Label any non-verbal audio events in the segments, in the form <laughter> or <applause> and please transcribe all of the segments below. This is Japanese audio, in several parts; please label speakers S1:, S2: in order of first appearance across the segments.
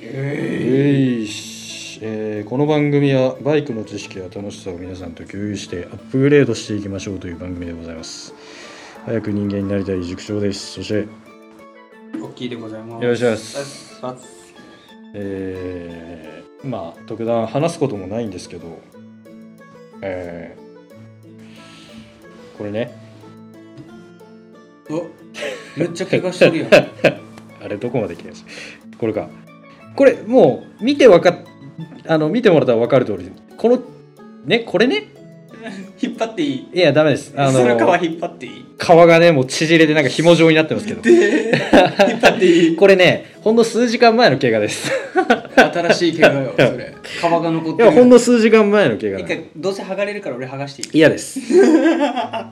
S1: えいしえーこの番組はバイクの知識や楽しさを皆さんと共有してアップグレードしていきましょうという番組でございます早く人間になりたい塾長ですそして
S2: 大きいでございます。
S1: よろしくお願いし
S2: ま
S1: えーまあ特段話すこともないんですけどえーこれね
S2: お、めっちゃ怪我してるやん。は
S1: あれどこまで来てるんですこれかこれもう見てわかっあの見てもらったら分かる通りこのねこれね
S2: <laughs> 引っ張っていい。
S1: いやダメですあの
S2: その皮引っ張っていい。
S1: 皮がねもう縮れてなんか紐状になってますけど
S2: で、 <laughs> 引っ張っていい。
S1: これねほんの数時間前の怪我です
S2: 新 <laughs> しい怪我よ、それ。皮が残っ
S1: <laughs> い
S2: て
S1: や
S2: る。
S1: ほんの数時間前の怪我
S2: 一
S1: なんで
S2: 回、どうせ剥がれるから俺剥がしていい。
S1: 嫌です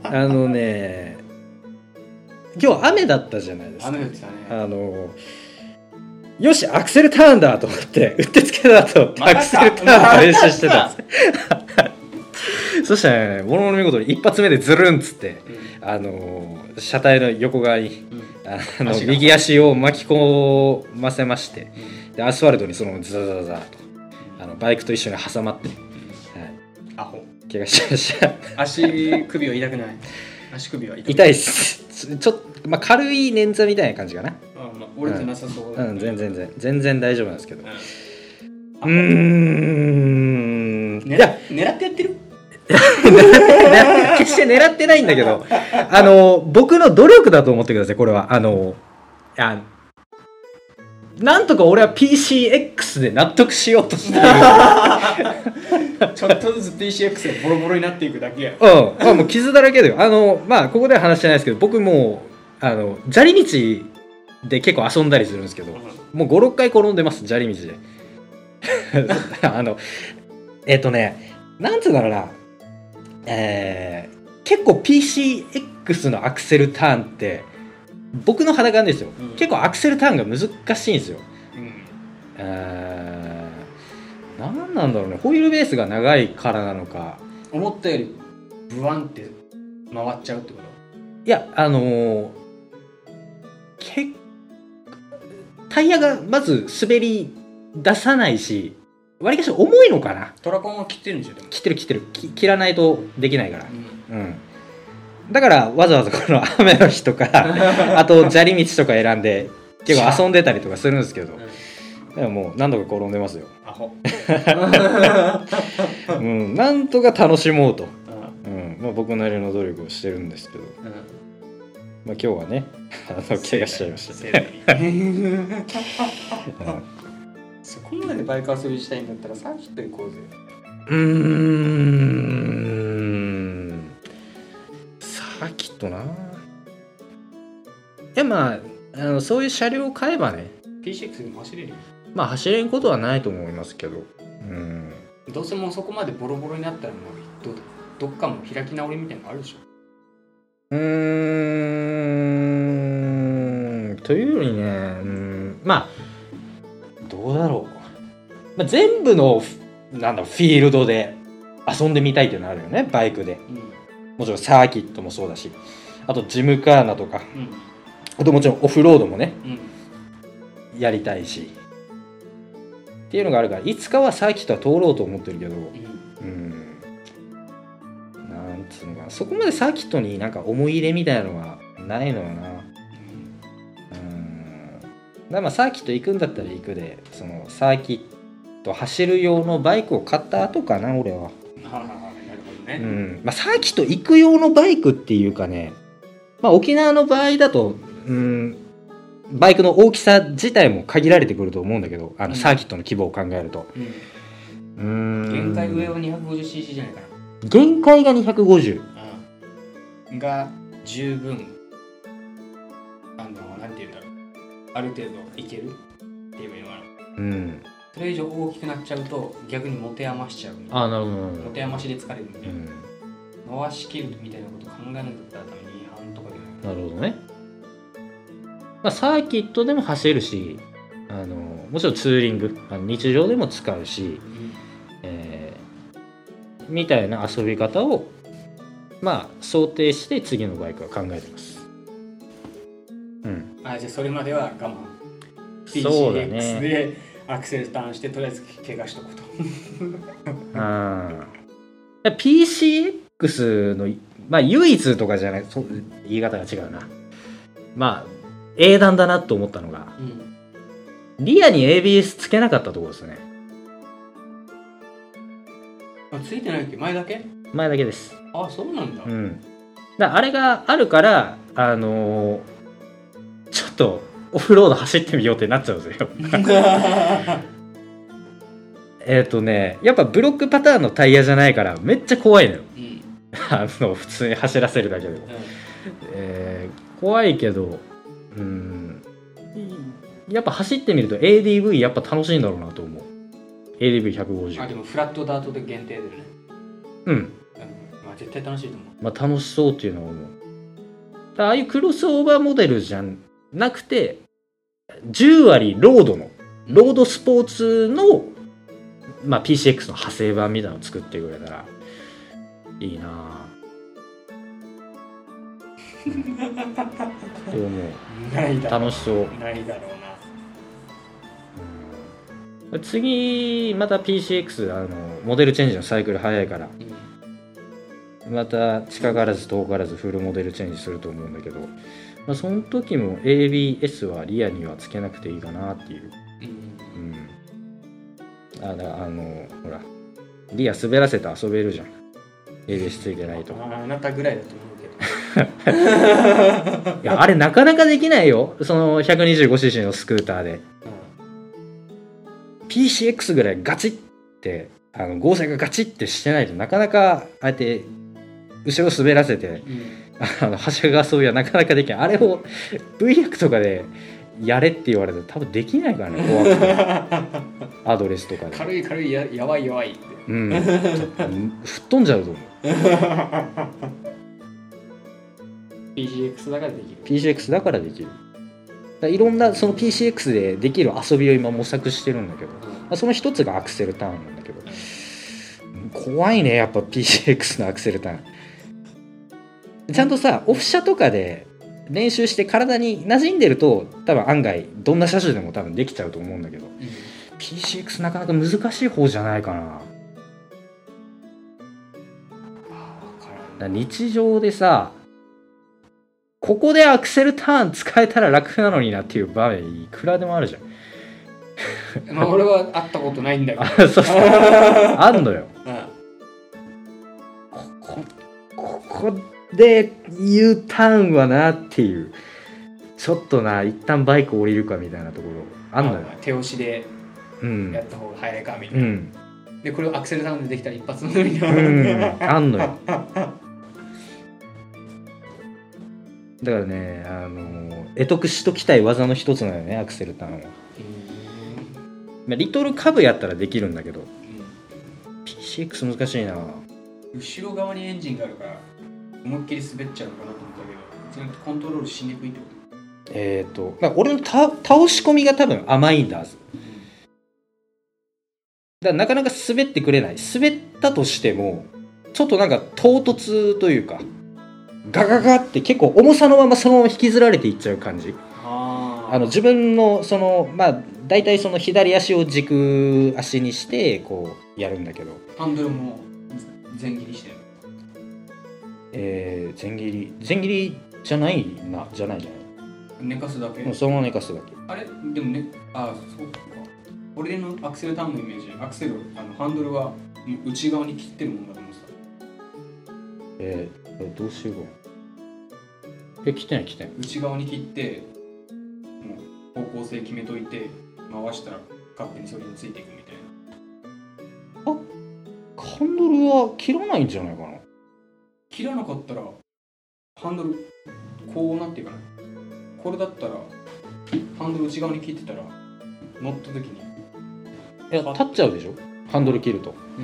S1: あのね今日雨だったじゃないですか
S2: <laughs> 雨降ってたね。
S1: あのよしアクセルターンだと思ってうってつけだと思って
S2: また
S1: ア
S2: か
S1: クセルターンの練習してたんです <laughs> そしたらねものの見事に一発目でズルンっつってあの車体の横側に
S2: うんうん
S1: あの
S2: 足が
S1: 右足を巻き込ませましてでアスファルトにそのザザザザとあのバイクと一緒に挟まって、はい、
S2: アホ。
S1: 怪我しま <laughs> した
S2: 足首は痛くない。 <laughs> 足首は痛く
S1: 痛
S2: ない。
S1: いっすちょちょっと、まあ、軽い捻挫みたいな感じかな
S2: あまあ、折れてなさそう
S1: う
S2: だね。
S1: ん全然全然全然大丈夫なんですけどう
S2: う
S1: ー
S2: ん。
S1: んい
S2: ね、
S1: や
S2: 狙ってや <laughs> ってる
S1: 狙って決して狙ってないんだけどあの僕の努力だと思ってくださいこれはあのあなんとか俺は PCX で納得しようとして
S2: ちょっとずつ TCX がボロボロになっていくだけや。
S1: うん、まあもう傷だらけだよ。あの、まあここでは話してないですけど、僕もう、あの、砂利道で結構遊んだりするんですけど、もう5、6回転んでます、砂利道で。 <laughs> あの、えっ、とね、なんつうんだろうな、えー結構 PCX のアクセルターンって、僕の肌感ですよ、
S2: うん
S1: 結構アクセルターンが難しいんですよ。
S2: うん。
S1: えー、なんなんだろうね、ホイールベースが長いからなのか、
S2: 思ったよりブワンって回っちゃうってこと
S1: いや、あのー、けタイヤがまず滑り出さないし、わりかし重いのかな
S2: トラコンは切ってるんでしょでも、
S1: 切ってる切ってる。き切らないとできないから
S2: う。ん、
S1: うん。だから、わざわざこの <laughs> 雨の日とか、あと砂利道とか選んで、結構遊んでたりとかするんですけど、でももう何度か転んでますよ。
S2: アホ
S1: うん、なんとか楽しもうと。
S2: うん
S1: うん、まあ僕なりの努力をしてるんですけど、
S2: うん
S1: まあ今日はね、 <laughs> あの、怪我しちゃいました。
S2: セーフティー
S1: うん
S2: そこまでバイク遊びしたいんだったらサーキット行こうぜ
S1: うーんサーキットないやまああのそういう車両を買えばね
S2: PCX でも走れるよ
S1: まあ走れんことはないと思いますけどうん
S2: どうせもうそこまでボロボロになったらもうどどっかもう開き直りみたいなのあるでしょ
S1: うーんというよりねうんまあどうだろう、まあ、全部のフなんだろうフィールドで遊んでみたいっていうのあるよねバイクで
S2: うん
S1: もちろんサーキットもそうだしあとジムカーナとか
S2: うん
S1: あともちろんオフロードもね
S2: うん
S1: やりたいしっていうのがあるからいつかはサーキットは通ろうと思ってるけど
S2: うん
S1: うんなんつうのかなそこまでサーキットになんか思い入れみたいなのはないのよなうんだからまあサーキット行くんだったら行くでそのサーキット走る用のバイクを買った後かな俺は
S2: うんはははなるほど
S1: う
S2: ね
S1: んまあサーキット行く用のバイクっていうかねまあ沖縄の場合だとうんバイクの大きさ自体も限られてくると思うんだけどあ
S2: う
S1: の
S2: ん
S1: サーキットの規模を考えると、
S2: うん
S1: うん
S2: 限界上は 250cc じゃないか
S1: 限界が250
S2: な、うん、が十分あのなんて言うんだろうある程度いけるって言えばいいのかな
S1: うん
S2: それ以上大きくなっちゃうと逆に持て余しちゃうみたいな
S1: あなるほど
S2: 持て余しで疲れるみた
S1: う
S2: いな、
S1: ん
S2: 回し切るみたいなこと考えなかったらために違反とかで
S1: なるほどね、まあ、サーキットでも走るしあのもちろんツーリングあの日常でも使うし、えーみたいな遊び方をまあ想定して次のバイクは考えてますうん
S2: あじゃあそれまでは我慢
S1: そうだ
S2: PCX
S1: ね
S2: でアクセルターンしてとりあえず怪我しとくと
S1: ああ PCX の、まあ、唯一とかじゃないそう言い方が違うなまあ英断だなと思ったのが
S2: うん
S1: リアに ABS つけなかったところですね
S2: あついてないっけ前だけ
S1: 前だけです
S2: あそうなん <laughs> だ、
S1: うんだあれがあるからあのーちょっとオフロード走ってみようってなっちゃうんですよえっとねやっぱブロックパターンのタイヤじゃないからめっちゃ怖いのよ <laughs>
S2: うんうん
S1: あの普通に走らせるだけでもえー怖いけどうんやっぱ走ってみると ADV やっぱ楽しいんだろうなと思う
S2: あ
S1: ADV150
S2: でもフラットダートで限定でね、
S1: うん
S2: うんまあ、絶対楽しいと思う
S1: まあ楽しそうっていうのは思うだからああいうクロスオーバーモデルじゃなくて10割ロードのロードスポーツの、まあ、PCX の派生版みたいなのを作ってくれたらいいなぁうんって思う
S2: ないだろ
S1: 楽しそう
S2: うないだろうな
S1: うん次また PCX あのモデルチェンジのサイクル早いから
S2: うん
S1: また近からず遠からずフルモデルチェンジすると思うんだけど、まあ、その時も ABS はリアにはつけなくていいかなっていう、
S2: うん
S1: うん、あだあのほらリア滑らせて遊べるじゃん ABS ついてないとい
S2: ああなたぐらいだと思うけど
S1: やあれなかなかできないよその 125cc のスクーターで PCX ぐらいガチってあの合成がガチってしてないとなかなかああえて後ろ滑らせて
S2: うん、
S1: あのはしゃぐ遊びはなかなかできないあれを V 役とかでやれって言われたら多分できないからね怖くてアドレスとかで、
S2: 軽い軽いややばいやばいって
S1: うん、吹っ飛んじゃうと思う
S2: PGX だからできる
S1: PCX だからできるだからいろんなその PCX でできる遊びを今模索してるんだけど、まあ、その一つがアクセルターンなんだけど怖いねやっぱ PCX のアクセルターンちゃんとさオフ車とかで練習して体に馴染んでると多分案外どんな車種でも多分できちゃうと思うんだけど PCX なかなか難しい方じゃないかなだか
S2: ああからん
S1: ら日常でさここでアクセルターン使えたら楽なのになっていう場面いくらでもあるじゃん
S2: まあ俺は会ったことないんだけ
S1: あ
S2: ど
S1: そうそうあんのよ
S2: うん
S1: ここここで U ターンはなっていうちょっとな一旦バイク降りるかみたいなところあんのよ
S2: まあ手押しで
S1: うん
S2: やった方が早いかみたいうな、
S1: ん
S2: でこれをアクセルダウンでできたら一発のみた
S1: う
S2: いな、
S1: んあんのよだからねあの得得しときたい技の一つなのよねアクセルターンは、まあ、リトルカブやったらできるんだけど PCX 難しいな
S2: 後ろ側にエンジンがあるから思いっきり滑っちゃうのかなと思ったけど全然コントロールしにくいってこ
S1: えっ、と、まあ、俺のた倒し込みが多分甘いんだはず
S2: と、
S1: だからなかなか滑ってくれない滑ったとしてもちょっとなんか唐突というかガガガって結構重さのままそのまま引きずられていっちゃう感じ
S2: あー
S1: あの自分のそのまあ大体その左足を軸足にしてこうやるんだけど、
S2: ハンドルも全切りしてる
S1: えー、前切り前切りじゃないなじゃないじゃない
S2: 寝かすだけ、
S1: もうそのまま寝かすだけ
S2: あれでもねあそうか俺のアクセルターンのイメージアクセルあのハンドルは内側に切ってるもんだと思ってた
S1: えー、これどうしようえ来てない来てない
S2: 内側に切ってもう方向性決めといて回したら勝手にそれについていくみたいな
S1: ハンドルは切らないんじゃないかな
S2: 切らなかったらハンドルこうなっていかないこれだったらハンドル内側に切ってたら乗った時に
S1: いや立っちゃうでしょハンドル切ると
S2: う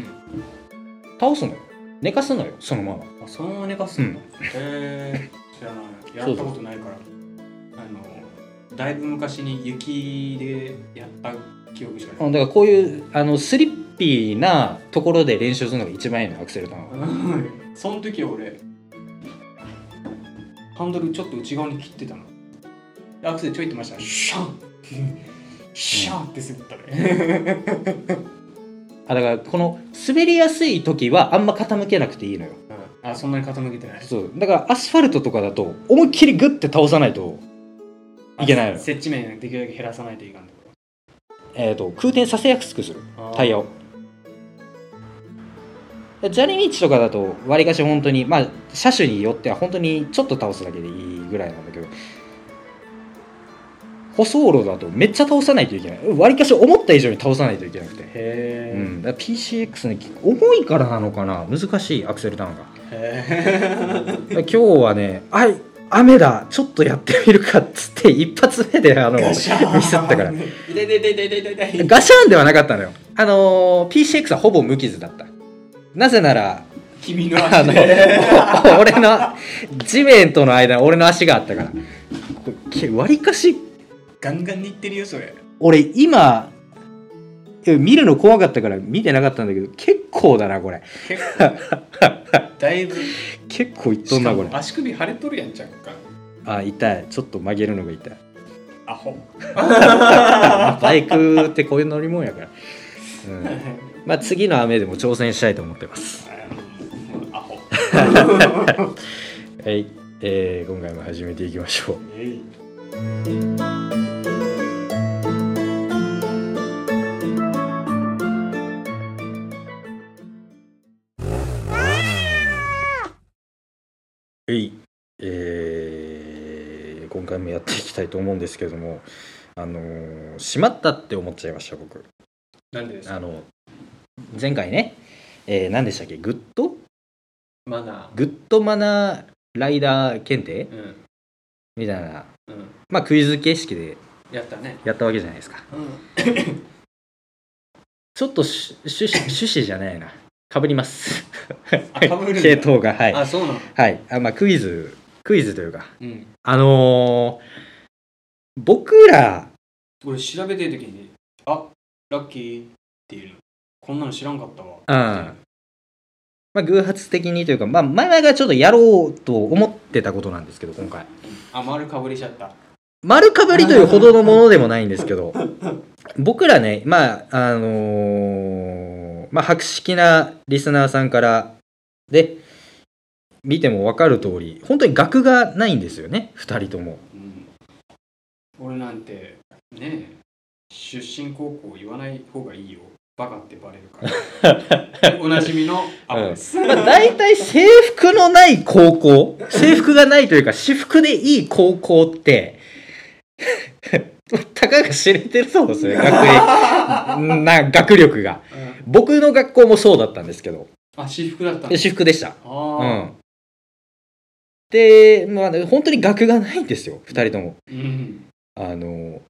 S2: ん
S1: 倒すのよ寝かすのよそのまま
S2: あそのまま寝かすんだ、へえ知らないやったことないからあのだいぶ昔に雪でやった記憶しか
S1: う
S2: ない
S1: んだからこういうあのスリッピーなところで練習するのが一番いいのよアクセルターン
S2: う
S1: は
S2: ん <laughs> その時は俺ハンドルちょっと内側に切ってたのアクセルちょいってましたシャンシャーって滑ったね
S1: あだからこの滑りやすい時はあんま傾けなくていいのよ
S2: うんあそんなに傾けてない
S1: そうだからアスファルトとかだと思いっきりグッて倒さないといけないの
S2: あ接地面できるだけ減らさないといかんってこ
S1: えー、と空転させやすくする
S2: と
S1: タイヤをで砂利道とかだとわりかし本当にまあ車種によっては本当にちょっと倒すだけでいいぐらいなんだけど舗装路だとめっちゃ倒さないといけないわりかし思った以上に倒さないといけなくて、
S2: へえ、
S1: うん、だから PCX ね重いからなのかな難しいアクセルターンが
S2: へ
S1: 今日はね「あい雨だちょっとやってみるか」っつって一発目であの
S2: え
S1: ミスったから
S2: 痛い痛い痛い痛い痛い痛い
S1: <laughs> ガシャンではなかったのよあのー PCX はほぼ無傷だったなぜなら
S2: 君の
S1: あ
S2: 足
S1: の
S2: で
S1: お俺の <laughs> 地面との間に俺の足があったからわりかし
S2: ガンガンにいってるよそれ
S1: 俺今いや見るの怖かったから見てなかったんだけど結構だなこれ
S2: 結構だいぶ
S1: 結構いっとんなこ
S2: し
S1: れ
S2: かも足首腫れとるやんちゃんか
S1: あ痛いちょっと曲げるのが痛い
S2: アホ
S1: バイクってこういう乗り物やから、うんまあ、次の雨でも挑戦したいと思ってます。
S2: アホ
S1: はい、えー今回も始めていきましょう。
S2: えい
S1: はい、えー今回もやっていきたいと思うんですけども、あのーしまったって思っちゃいました、僕。
S2: なんでですか
S1: あの、前回ね、えー何でしたっけ、グッド
S2: マナ
S1: グッドマナーライダー検定
S2: ーうん
S1: みたいな、
S2: うん
S1: まあ、クイズ形式で
S2: やったね
S1: やったわけじゃないですか。
S2: うん
S1: ちょっとし趣旨趣旨じゃないな。かぶります。
S2: あ被るんだ
S1: 系統が、はい。
S2: あそうなの
S1: はい。あまあ、クイズ、クイズというか、
S2: うん
S1: あのー僕ら、
S2: 俺調べてる時にあラッキーっていうのこんなの知らんかったわ
S1: うんまあ、偶発的にというか、まあ、前々からちょっとやろうと思ってたことなんですけど、今回。
S2: あ丸かぶりしちゃった
S1: 丸かぶりというほどのものでもないんですけど、僕らね、まあ、あのーまあ、博識なリスナーさんからで、見ても分かる通り、本当に学がないんですよね、2人とも。
S2: うん俺なんてねえ出身高校言わない方がいいよバカってバレるから
S1: <laughs>
S2: おなじみのアホです、
S1: まあ、大体制服のない高校制服がないというか私服でいい高校って <laughs> たかが知れてるそうですね学歴な学力が
S2: うん
S1: 僕の学校もそうだったんですけど
S2: あ私服だったんだ
S1: 私服でした
S2: あ
S1: う
S2: ー
S1: んで、まあ、本当に学がないんですよ2人とも
S2: うん
S1: あの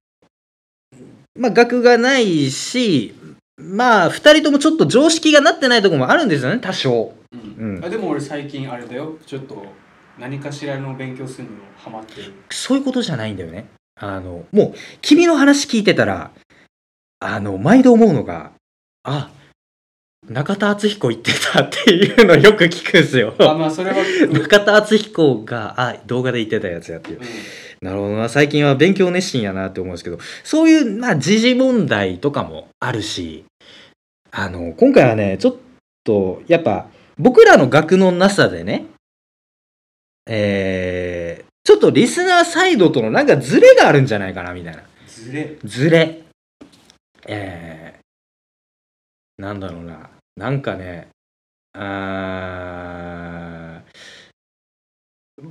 S1: まあ学がないしまあ2人ともちょっと常識がなってないところもあるんですよね多少
S2: うん
S1: うん
S2: あでも俺最近あれだよちょっと何かしらの勉強するのハマってる
S1: <laughs> そういうことじゃないんだよね。あの、もう、君の話聞いてたら、あの、毎度思うのが、あ、中田敦彦言ってたっていうのよく聞くんですよ。
S2: あまあそれは、うん
S1: 中田敦彦が、あ、動画で言ってたやつやっていう。なるほどな、最近は勉強熱心やなって思うんですけど、そういう、まあ、時事問題とかもあるし、あの、今回はね、ちょっと、やっぱ、僕らの学のなさでね、えー、ちょっとリスナーサイドとのなんかズレがあるんじゃないかな、みたいな。
S2: ずれ
S1: ズレ。えー、なんだろうな。なんかね、あー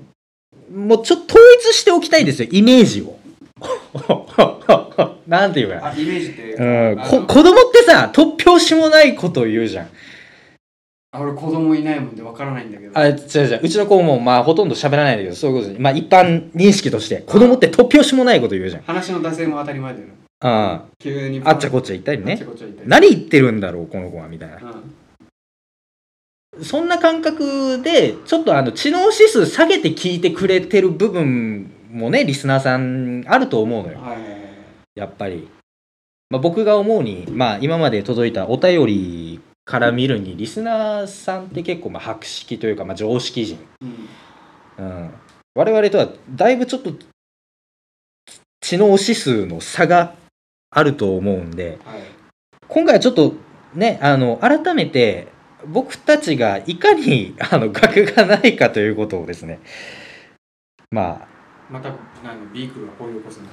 S1: もうちょっと統一しておきたいんですよ、イメージを。 <laughs> なんていうかな。
S2: あイメージって、
S1: うん、
S2: あ
S1: こ
S2: の
S1: 子供ってさ、突拍子もないことを言うじゃん。
S2: あ俺子供いないもんでわからないんだけど
S1: あ違う違ううちの子もまあほとんど喋らないんだけどそういうことでまあ一般認識として子供って突拍子もないこと言うじゃん
S2: 話の惰性も当たり前だよな
S1: あ
S2: 急に
S1: あっちゃこっちゃ言ったり
S2: あっ
S1: ね
S2: ちゃこっちゃいたり
S1: 何言ってるんだろうこの子はみたいな
S2: うん
S1: そんな感覚でちょっとあの知能指数下げて聞いてくれてる部分もねリスナーさんあると思うのよ
S2: はいはいはいはい
S1: やっぱり、まあ、僕が思うに、まあ、今まで届いたお便りから見るにリスナーさんって結構まあ博識というかまあ常識人
S2: うん
S1: うん、我々とはだいぶちょっと知能指数の差があると思うんで、
S2: はい。
S1: 今回はちょっとね、あの、改めて、僕たちがいかに、 <laughs> あの、学がないかということをですね、まあ、
S2: また、あの、ビークルが掘り起こすんだ。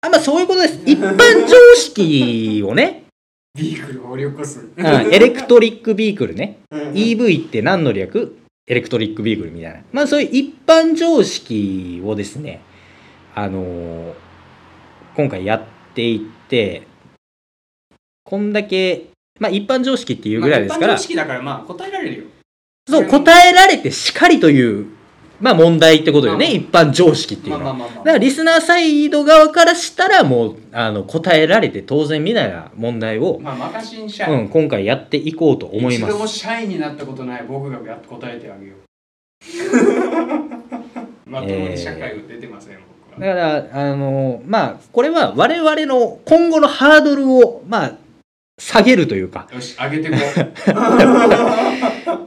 S1: あんまあそういうことです。一般常識
S2: <laughs>
S1: をね、
S2: ビークルを掘り起こす。
S1: うん、エレクトリックビークルね、
S2: うん。
S1: EV って何の略エレクトリックビーグルみたいな。まあそういう一般常識をですね、あのー今回やっていって、こんだけ、まあ一般常識っていうぐらいですか
S2: まあ
S1: ら、
S2: 一般常識だから、まあ、答えられるよ。
S1: そう、答えられてしかりという、まあ問題ってことよね、
S2: まあ
S1: 一般常識っていう
S2: まあ
S1: の
S2: まあ
S1: は。
S2: まあまあ。
S1: だからリスナーサイド側からしたらもう、あの、答えられて当然みたいな問題を、
S2: まあ、マカシン社
S1: う
S2: 員。
S1: ん、今回やっていこうと思いま
S2: 一度も
S1: す。
S2: 社員になったことない僕がや答えてあげよう。まともに社会を出てません、僕
S1: だ
S2: は。
S1: から、あの、まあ、これは我々の今後のハードルを、まあ、下げるというか、
S2: よし、あげてこう。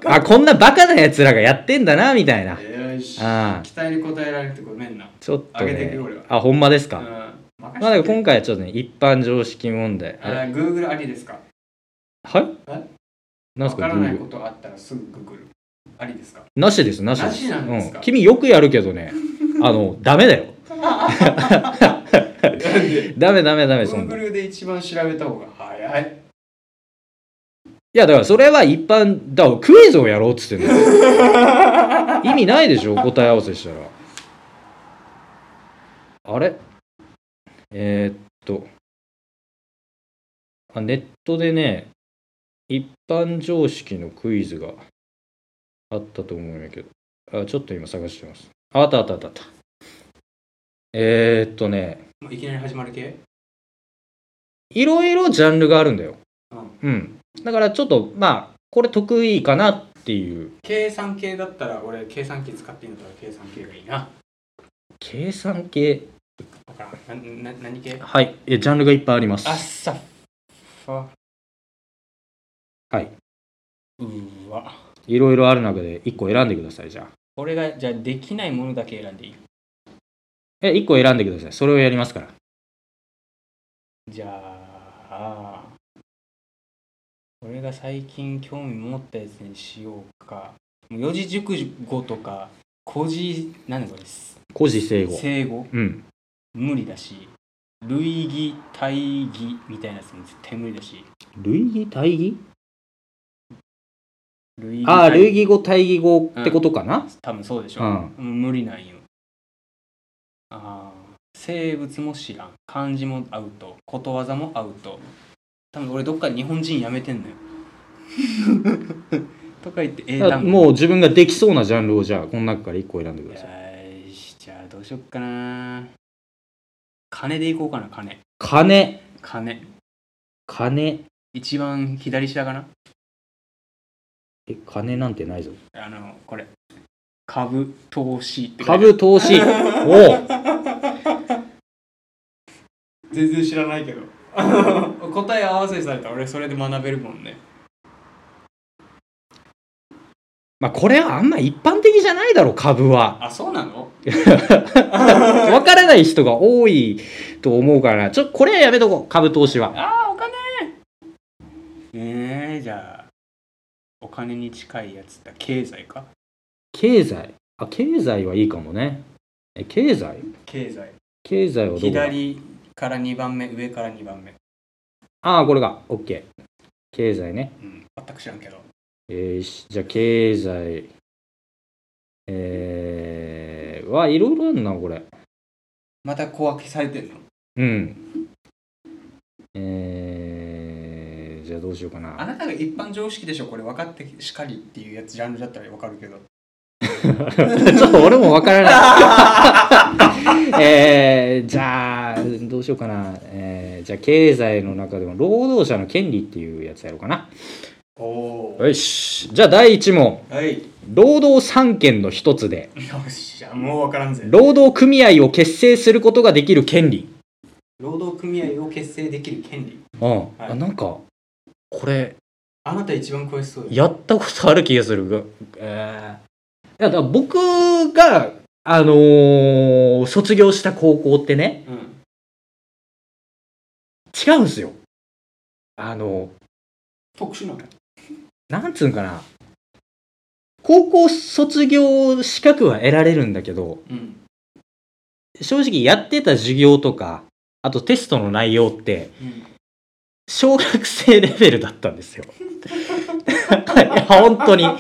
S1: あ、こんなバカな奴らがやってんだな、みたいな。
S2: よし。期
S1: ああ
S2: 待に応えられてごめんな。
S1: ちょっと、
S2: 上げていく
S1: ね
S2: よ俺は。
S1: あ、ほんまです
S2: う
S1: か。
S2: ん。任
S1: まあ、
S2: せ
S1: だから
S2: て
S1: 今回はちょっとね、一般常識問題。あれ
S2: あ Google ありですか
S1: はい
S2: え
S1: な
S2: わ
S1: んす
S2: か
S1: か、
S2: らないこ
S1: Google
S2: とあったらすぐ Google。ありですか
S1: なしです、なしで
S2: な
S1: す。
S2: しなんですか
S1: うん、君よくやるけどね、あの、ダメだよ。
S2: なんで
S1: ダメダメダメ、そんな。い
S2: ?Google で一番調べた方が早い。
S1: や、だからそれは一般、だからクイズをやろうっつってんだよ。意味ないでしょ、答え合わせしたら。あれえーっとあ、ネットでね、一般常識のクイズがあったと思うんやけど、あ、ちょっと今探してます。ああったあったあったあった。えーっとね、
S2: もういきなり始まる系
S1: いろいろジャンルがあるんだよ。
S2: う
S1: うん。だからちょっと、まあ、これ得意かなっていう。
S2: 計算系だったら俺計算機使っていいんだったら計算系がいいな。
S1: 計算系。
S2: わからんなな何系
S1: はい。えジャンルがいっぱいあります。
S2: あっさふわ。
S1: はい。
S2: うーわ。
S1: いろいろある中で1個選んでください、じゃあ。
S2: 俺がじゃあできないものだけ選んでいい
S1: え、1個選んでください。それをやりますから。
S2: じゃあ、俺が最近興味持ったやつにしようか。もう四字熟語とか、古事、何だこれ、
S1: 古事成語。
S2: 生語、
S1: うん。
S2: 無理だし、類義、対義みたいなやつも絶対無理だし、
S1: 類義対義
S2: 類義
S1: ああ、
S2: 対
S1: 類義語対義語ってことかな、
S2: 多分そうでしょ。
S1: うん
S2: うん無理なんよ。ああ、生物も知らん、漢字もアウト、ことわざもアウト。多分俺どっかで日本人やめてんのよ。 <laughs> とか言って英
S1: だから
S2: 単語
S1: もう自分ができそうなジャンルをじゃあ、この中から1個選んでく
S2: よ
S1: ださい。
S2: ーしじゃあどうしよっかな金でいこうかな金
S1: 金。
S2: 金
S1: 金。
S2: 一番左下かな
S1: え、金なんてないぞ。
S2: あのこれ株投資って書いてある
S1: 株投資。おう
S2: 全然知らないけど <laughs> 答え合わせされたら俺それで学べるもんね
S1: まあ、これはあんま一般的じゃないだろ、株は。
S2: あそうなの
S1: わからない人が多いと思うから、ちょ、これはやめとこう、株投資は。
S2: あーお金えー、じゃあお金に近いやつだ経済か
S1: 経済。あ、経済はいいかもね。え、経済
S2: 経済
S1: 経済はどうだ
S2: 左から2番目上から2番目
S1: ああ、これが、OK。経済ね。
S2: うん全く知らんけど
S1: えーし、じゃあ、経済。えー、わ、いろいろあるな、これ。
S2: また小分けされてんの
S1: うん。えー、じゃあどうしようか
S2: あ
S1: な。
S2: なたが一般常識でしょこれ分かってしかりっていうやつジャンルだったら分かるけど
S1: <laughs> ちょっと俺もわか
S2: <laughs>
S1: らない。えー、じゃあ、どうしようかな。えー、じゃあ、経済の中でも、労働者の権利っていうやつやろうかな。
S2: おお
S1: よし。じゃあ、第1問。
S2: はい
S1: 労働三権の一つで、
S2: よしじゃあもう分からんぜ
S1: 労働組合を結成することができる権利。
S2: 労働組合を結成できる権利
S1: うん。
S2: はい
S1: あなんか、これ、
S2: あなた一番詳しそうよ
S1: やったことある気がするが。えー、いや、だから僕が、あのー卒業した高校ってね、
S2: うん
S1: 違うんですよ。あの、
S2: 特殊なの
S1: なんつうんかな。高校卒業資格は得られるんだけど、
S2: うん
S1: 正直やってた授業とか、あとテストの内容って、
S2: うん
S1: 小学生レベルだったんですよ。 <laughs> いや本当に。あ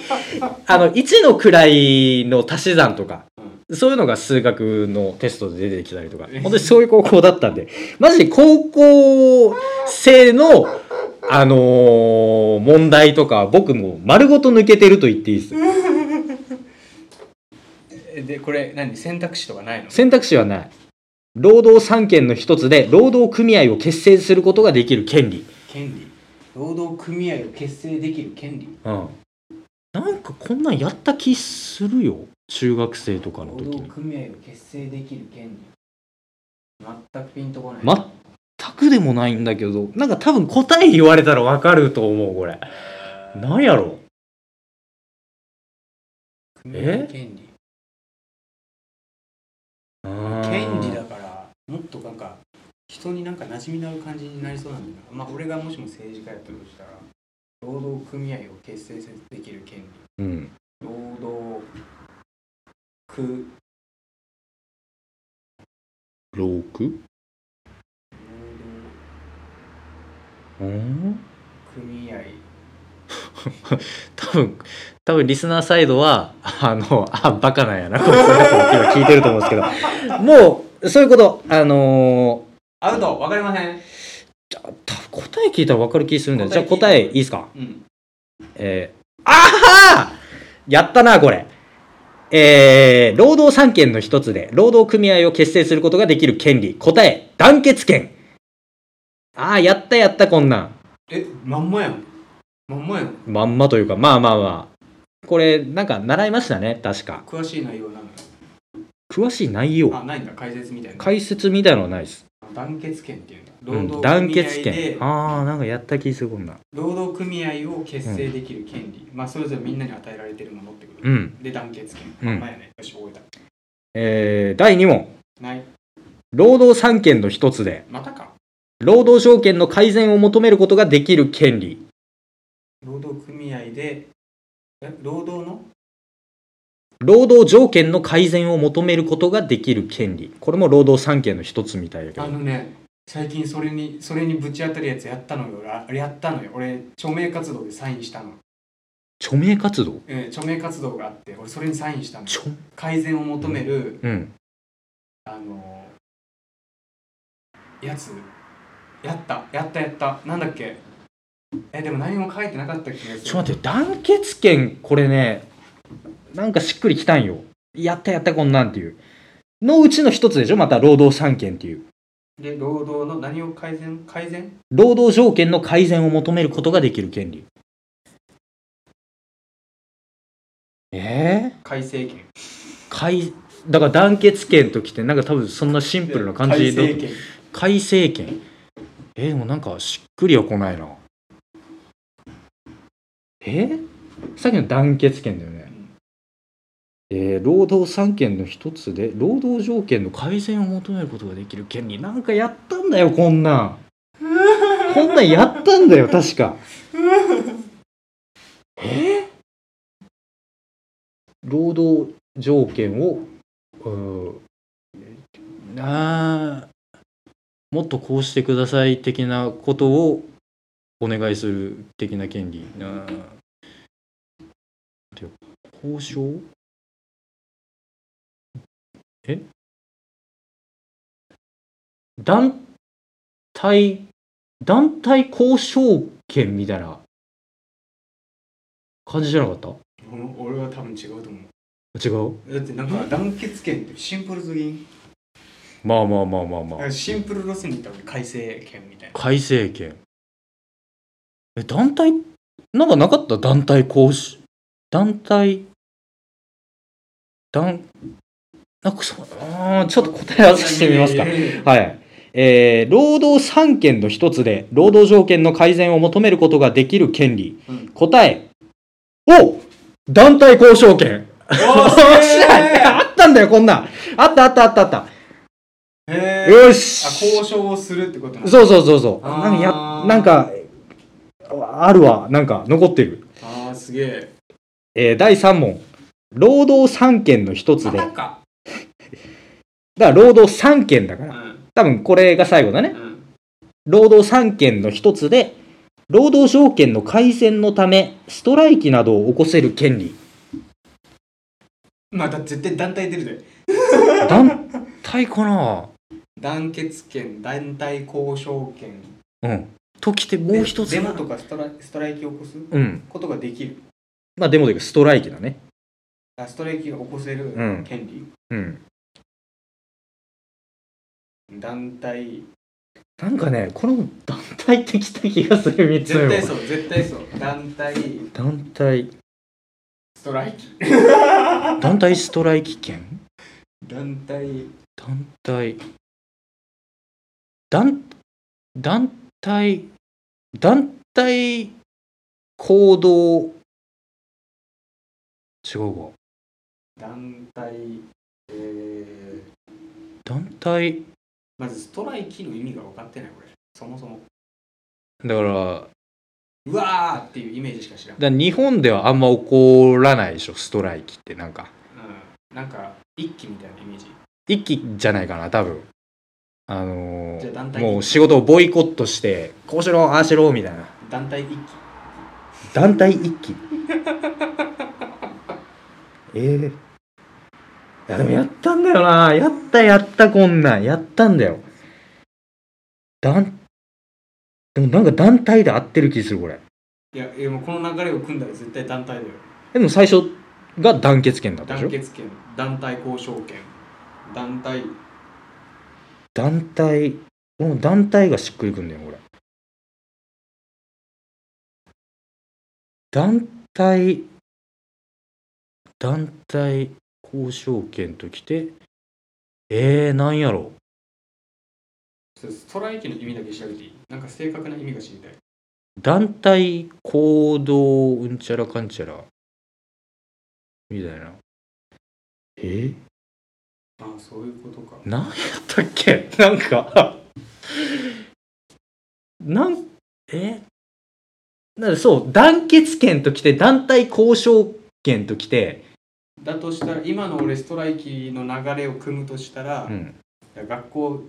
S1: の、1の位の足し算とか、そういうのが数学のテストで出てきたりとか、本当にそういう高校だったんで、マジで高校生の、あのー問題とか、僕も丸ごと抜けてると言っていいです。
S2: えでこれ何選択肢とかないの
S1: 選択肢はない。労働三権の一つで、労働組合を結成することができる権利。
S2: 権利労働組合を結成できる権利
S1: うん。なんかこんなんやった気するよ。中学生とかの
S2: 労
S1: 時
S2: 働
S1: に。
S2: 組合を結成できる権利全くピンとこない
S1: 全くでもないんだけど、なんか多分答え言われたらわかると思う、これ。なんやろ
S2: 組合の権利
S1: うーん
S2: 権利だからもっとなんか人になんか馴染みのある感じになりそうなんだよなまあ俺がもしも政治家やったとしたら労働組合を結成できる権利
S1: うん。
S2: 労働区
S1: 労苦
S2: 労
S1: うん
S2: 働組合
S1: 多分、多分リスナーサイドは、あの、あ、バカなんやな、こいつらと今聞いてると思うんですけど、 <laughs> もう、そういうこと、あの
S2: アウトわかりません
S1: ー、多分答え聞いたら分かる気するんだよ。じゃあ
S2: 答
S1: 答
S2: え
S1: えいいですか
S2: うん
S1: えー、あはーやったな、これ。えー、労働三権の一つで、労働組合を結成することができる権利。答え、団結権。ああ、やったやった、こんなん。
S2: えまんまやんまんまやん
S1: まんまというか、まあまあまあ。これ、なんか習いましたね、確か。
S2: 詳しい内容なんだ
S1: 詳しい内容。
S2: あないんだ解説みたいな
S1: 解説みたいのはないです。
S2: 団結権っていうんだ
S1: う
S2: 労
S1: ん、
S2: 働
S1: 団
S2: 組合で
S1: 結権。ああ、なんかやった気するこんなん。
S2: 労働組合を結成できる権利、まあそれぞれみんなに与えられてるものってこと、
S1: うん。
S2: で団結権、
S1: うん
S2: まんまやねよし覚えた
S1: えー、第2問。
S2: ない
S1: 労働三権の一つで、
S2: またか
S1: 労働条件の改善を求めることができる権利。
S2: 労働組合でえ労働の
S1: 労働条件の改善を求めることができる権利これも労働三権の一つみたいだけ
S2: あ
S1: ど
S2: のね最近それにそれにぶち当たるやつやったのよ俺あやったのよ俺署名活動でサインしたの、
S1: 著名活動
S2: えー署名活動があって俺それにサインしたの
S1: ちょ
S2: 改善を求める、
S1: うん
S2: あのやつやったやったやったなんだっけえでも何も書いてなかった気がする
S1: ちょっと待って団結権これねなんかしっくりきたんよやったやったこんなんっていうのうちの一つでしょまた労働三権っていう
S2: で労働の何を改善改善
S1: 労働条件の改善を求めることができる権利えー、
S2: 改正権
S1: 改だから団結権ときてなんか多分そんなシンプルな感じだ
S2: 改正権
S1: 改正権えーでもなんかしっくりはこないなえーさっきの団結権だよね
S2: うん
S1: えー労働三権の一つで労働条件の改善を求めることができる権利なんかやったんだよこんなんこんなんやったんだよ確かえー労働条件をうーあーもっとこうしてください的なことをお願いする的な権利な交渉え団体団体交渉権みたいな感じじゃなかった
S2: うん俺は多分違うと思
S1: 違う
S2: うだってなんか団結権ってシンプルすぎん
S1: まあまあまあまあ
S2: だ
S1: ま
S2: からシンプル路線に行った俺改正権みたいな
S1: 改正権え団体なんかなかった団体講師団体団なんかそうあーちょっと答え合わせしてみますか
S2: えー
S1: はいえー労働三権の一つで労働条件の改善を求めることができる権利、
S2: うん
S1: 答えお団体交渉権
S2: おー
S1: <laughs> おっしゃあったんだよこんなんあったあったあったあった
S2: へえ。
S1: よ
S2: あ、
S1: し
S2: 交渉をするってことなんだ
S1: そうそうそうそう
S2: あー
S1: なんかやなんかあるわなんか残ってる、
S2: ああ、すげえ。
S1: えー第3問労働三権の一つ
S2: あ
S1: で
S2: な
S1: だ
S2: ん
S1: か
S2: から
S1: 労働三権だか
S2: う
S1: ら
S2: ん。
S1: 多分これが最後だ
S2: う
S1: ね
S2: ん。
S1: 労働三権の一つで労働条件の改善のためストライキなどを起こせる権利
S2: まあ、だ絶対団体出るで。
S1: 団体かな
S2: 団結権、団体交渉権。
S1: うんときて
S2: で
S1: もう一つ
S2: デモとかストラストライキを起こす
S1: うん
S2: ことができる。
S1: まあデモというかストライキだね
S2: あストライキが起こせる
S1: うん
S2: 権利。
S1: うん
S2: 団体。
S1: なんかねこれも団体ってきた気がする3つ
S2: 絶対
S1: 目も
S2: そう、絶対そう。団体、
S1: 団体
S2: ストライキ。
S1: 団体ストライキ権
S2: 団体。
S1: 団体団団体団体行動違うわ
S2: 団体、えー、
S1: 団体
S2: まずストライキの意味が分かってないこれそもそも
S1: だからだか
S2: うわーっていうイメージしか知らん、う
S1: ら日本ではあんま起こらないでしょストライキってなんか
S2: ん、なんか一気みたいなイメージ
S1: 一気じゃないかな多分あのー
S2: じゃあ団体
S1: もう仕事をボイコットしてこうしろああしろみたいな
S2: 団体一気
S1: 団体一揆 <laughs> ええいやでもやったんだよなやったやったこんなんやったんだよ団でもなんか団体で合ってる気するこれ
S2: いやいやもうこの流れを組んだら絶対団体だよ
S1: でも最初が団結権だったでし
S2: 団
S1: ょ
S2: 結権団体交渉権団体
S1: 団体この団体がしっくりくんだよこれ団体団体交渉権ときてえー、なんやろ
S2: そうストライキの意味だけ調べていいなんか正確な意味が知りたい
S1: 団体行動うんちゃらかんちゃらみたいなえ
S2: ああそういうことか
S1: なんやったっけなんかなんえなんかそう団結権ときて団体交渉権ときて、
S2: だとしたら今の俺ストライキの流れを組むとしたら、
S1: うん、
S2: いや学校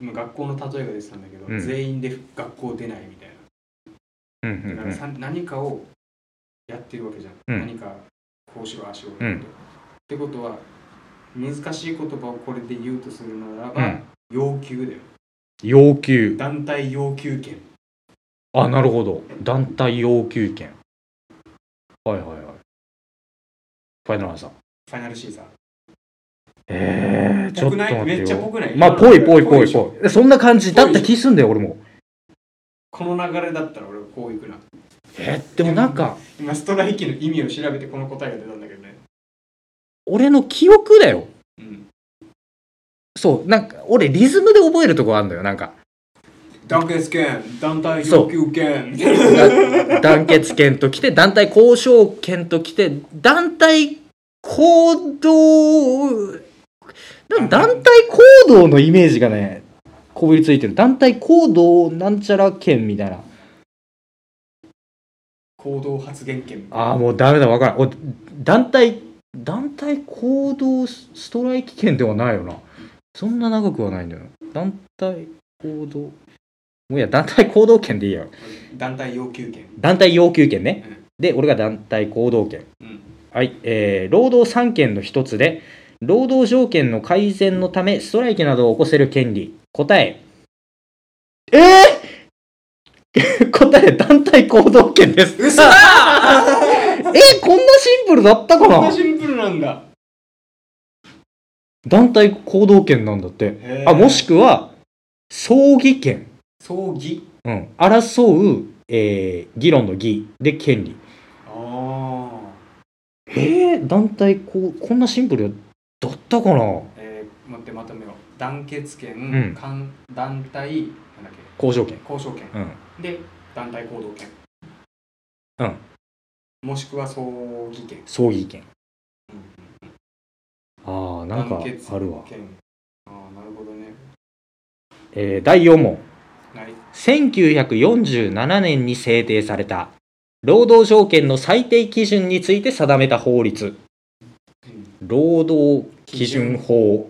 S2: 今学校の例えが出てたんだけど、
S1: うん
S2: 全員で学校出ないみたいな
S1: うんう
S2: だからさ何かをやってるわけじゃん、
S1: うん
S2: 何かこうしろああしろってこと、
S1: うん
S2: ってことは難しい言葉をこれで言うとするならば、
S1: うん
S2: 要求だよ
S1: 要求
S2: 団体要求権
S1: あなるほど団体要求権はいはいはいファイナルアンサー
S2: ファイナルシーザー
S1: えー、ちょっ
S2: ぽ
S1: と
S2: くない
S1: 待って
S2: めっちゃ
S1: よ
S2: ぽくない
S1: まあぽいぽいぽ
S2: で
S1: い
S2: しょ
S1: ぽいそんな感じだった気すんだよ俺も
S2: この流れだったら俺はこういくな
S1: えーでもなんか
S2: 今ストライキの意味を調べてこの答えが出たんだけどね
S1: 俺の記憶だよ
S2: うん
S1: そうなんか俺リズムで覚えるとこあるんだよなんか
S2: 団結権団体要求権み
S1: <laughs>
S2: たいな
S1: だ団結権ときて団体交渉権ときて団体行動なんか団体行動のイメージがねこびりついてる団体行動なんちゃら権みたいな
S2: 行動発言権
S1: ああもうダメだわからんお団体団体行動スストライキ権ではないよなそんな長くはないんだよな団体行動もういや団体行動権でいいや
S2: 団体要求権
S1: 団体要求権ね、
S2: うん
S1: で俺が団体行動権
S2: うん
S1: はい、えー労働三権の一つで労働条件の改善のためストライキなどを起こせる権利答ええー <laughs> 答え団体行動権
S2: <laughs>
S1: です
S2: 嘘だ
S1: えこんなシンプルだったか
S2: こんな
S1: な
S2: シンプルなんだ
S1: 団体行動権なんだって
S2: へー
S1: あもしくは争議権、
S2: 葬儀
S1: うん、争う、えー議論の議で権利
S2: ああ、
S1: えー、団体こうこんなシンプルだったかな
S2: えー、待ってまとめよう団結権、
S1: うん
S2: かん団体なんだっけ
S1: 交渉権
S2: 交渉権
S1: うん
S2: で団体行動権
S1: うん
S2: もしくは葬儀権
S1: 葬儀権
S2: うん
S1: ああなんか
S2: 団結
S1: あるわ
S2: 権ああなるほどね
S1: えー第4問
S2: はい
S1: 1947年に制定された労働条件の最低基準について定めた法律労働基準法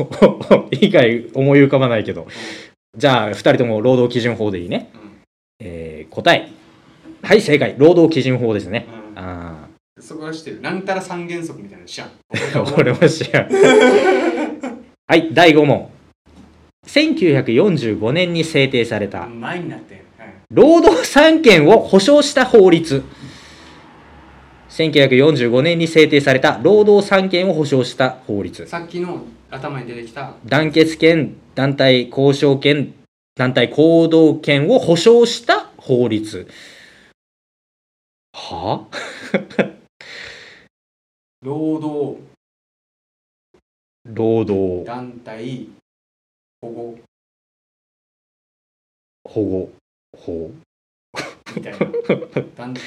S1: <laughs> 以外思い浮かばないけどじゃあ2人とも労働基準法でいいね、えー答えはい正解労働基準法ですね
S2: うん
S1: あ
S2: そこは知ってるなんたら三原則みたいなの知らん
S1: あ <laughs> 俺も知らんはい第5問1945年に制定された
S2: 前になってんはい
S1: 労働三権を保障した法律1945年に制定された労働三権を保障した法律
S2: さっきの頭に出てきた
S1: 団結権団体交渉権団体行動権を保障した法律はあ
S2: 労働
S1: 労働
S2: 団体保護
S1: 保護法
S2: みたいな団体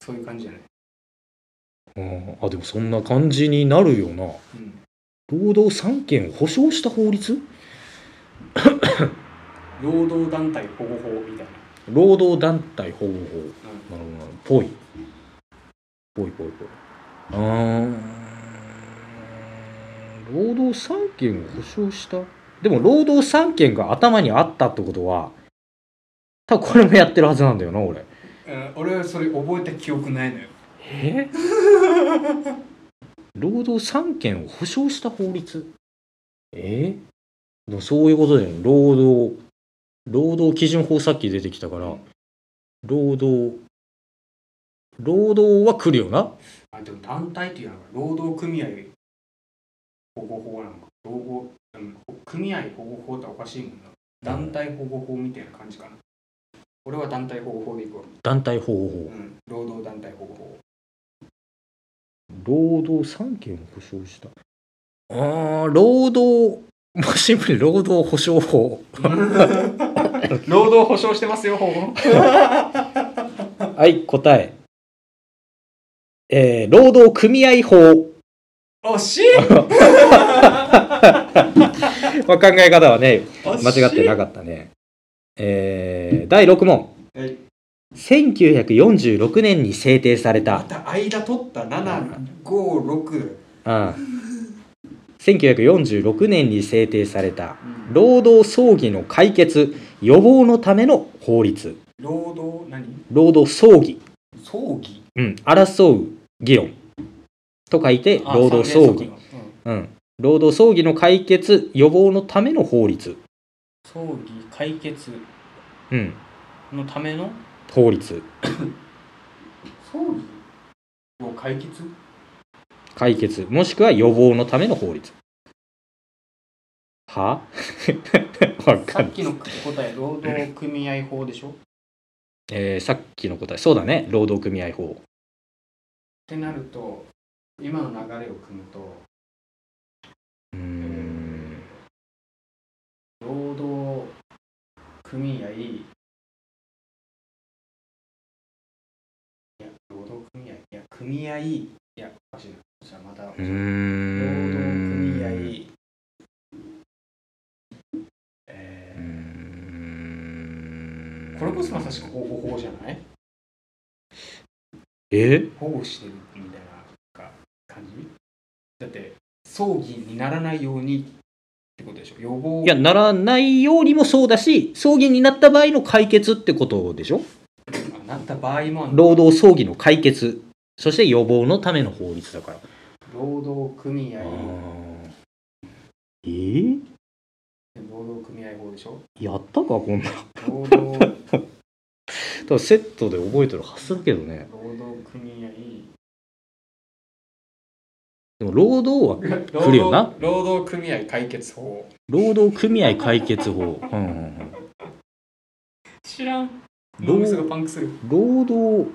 S2: そういう感じじゃない、
S1: うんあでもそんな感じになるよな
S2: うん、
S1: 労働三権を保障した法律
S2: 労働団体保護法みたいな
S1: 労働団体保護法なるほどなるほどぽいぽいぽいぽいあー労働三権を保障したでも労働三権が頭にあったってことは多分これもやってるはずなんだよな俺
S2: うん俺はそれ覚えた記憶ないのよ
S1: え <laughs> 労働三権を保障した法律えでもそういうことだよね労働労働基準法さっき出てきたから労働労働は来るよな
S2: あでも団体っていうのは労働組合保護法なのか労働、うん、組合保護法っておかしいもんな団体保護法みたいな感じかな俺は団体保護法でいくわ、
S1: 団体保護法
S2: うん、労働団体保護法 <laughs>
S1: 労働三権を保障したああ労働もうシンプルに労働保障法
S2: 労働保障してますよ保護
S1: はい答ええー、労働組合法、
S2: 惜しい
S1: まあ、考え方はね間違ってな
S2: か
S1: かったねえー、第6問
S2: はい
S1: 1946年に制定され
S2: ま
S1: た
S2: た間取った756、
S1: ああ1946年に制定された
S2: うん
S1: 労働争議の解決予防のための法律
S2: 労働何
S1: 労働争議
S2: 葬儀
S1: うん、争う議論と書いて
S2: あ
S1: 労働争
S2: 三
S1: 議、
S2: 原則のうん
S1: うん、労働争議の解決予防のための法律、
S2: 葬儀解決
S1: うん、
S2: のための
S1: 法律
S2: 葬儀を解決
S1: 解決もしくは予防のための法律は <laughs> わか
S2: さ
S1: んな
S2: っ
S1: い
S2: きの答え労働組合法でしょっ
S1: えーさっきの答えそうだね労働組合法
S2: てなると今の流れを組むと
S1: うーん
S2: 労働組合いや労働組合いや組合いやおかしいなじゃあまた
S1: うー
S2: 労働組合
S1: んうー
S2: え
S1: ん
S2: ーこれこそまさしく保護法じゃない
S1: え
S2: 保護してるみたいなか感じだって葬儀にならないようにってことでしょ予防
S1: いやならないようにもそうだし葬儀になった場合の解決ってことでしょ
S2: あなった場合もある
S1: 労働争議の解決そして予防のための法律だから
S2: 労働組合
S1: あーえー、
S2: 労働組合法でしょ
S1: やったかこんな
S2: 労働労
S1: 多分セットで覚えてるはずだけどね
S2: 働組合
S1: でも労働は来るよな
S2: 労働労働組合解決法
S1: 労働組合解決法、うんうん
S2: 知らん
S1: 労
S2: ロームスがパンク
S1: <laughs>
S2: する
S1: うん、労働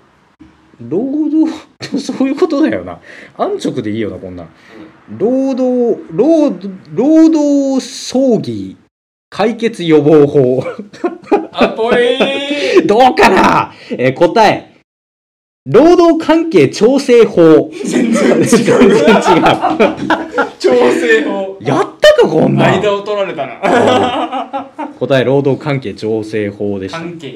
S1: 労働 <laughs> そういうことだよな安直でいいよなこんなん労働労労働葬儀解決予防法 <laughs>
S2: あぽい
S1: どうかな、えー答え、労働関係調整法。 <laughs>
S2: 全然違う
S1: 全然違う。
S2: 調整法
S1: やったか、こんなん。
S2: 間を取られた
S1: <laughs>
S2: な
S1: 答え、労働関係調整法でした。
S2: 関係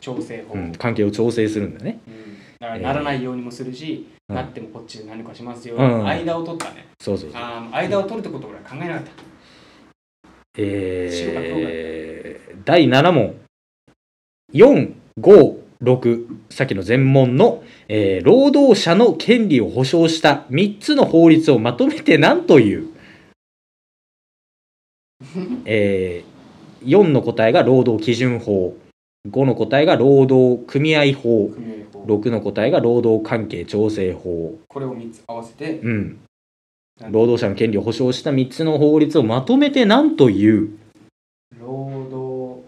S2: 調整法、
S1: うん、関係を調整するんだね。
S2: うんだからならないようにもするし、
S1: うん
S2: なってもこっちで何かしますよ、
S1: うん
S2: 間を取ったね
S1: そうそうそう。
S2: あー間を取るってことぐらい考えなかった
S1: えー、第7問。4、5、6。さっきの全問の、えー労働者の権利を保障した3つの法律をまとめて何という、えー、4の答えが労働基準法5の答えが労働組合法
S2: 組合法
S1: 6の答えが労働関係調整法、
S2: これを3つ合わせて
S1: うん、労働者の権利を保障した3つの法律をまとめて何という
S2: 労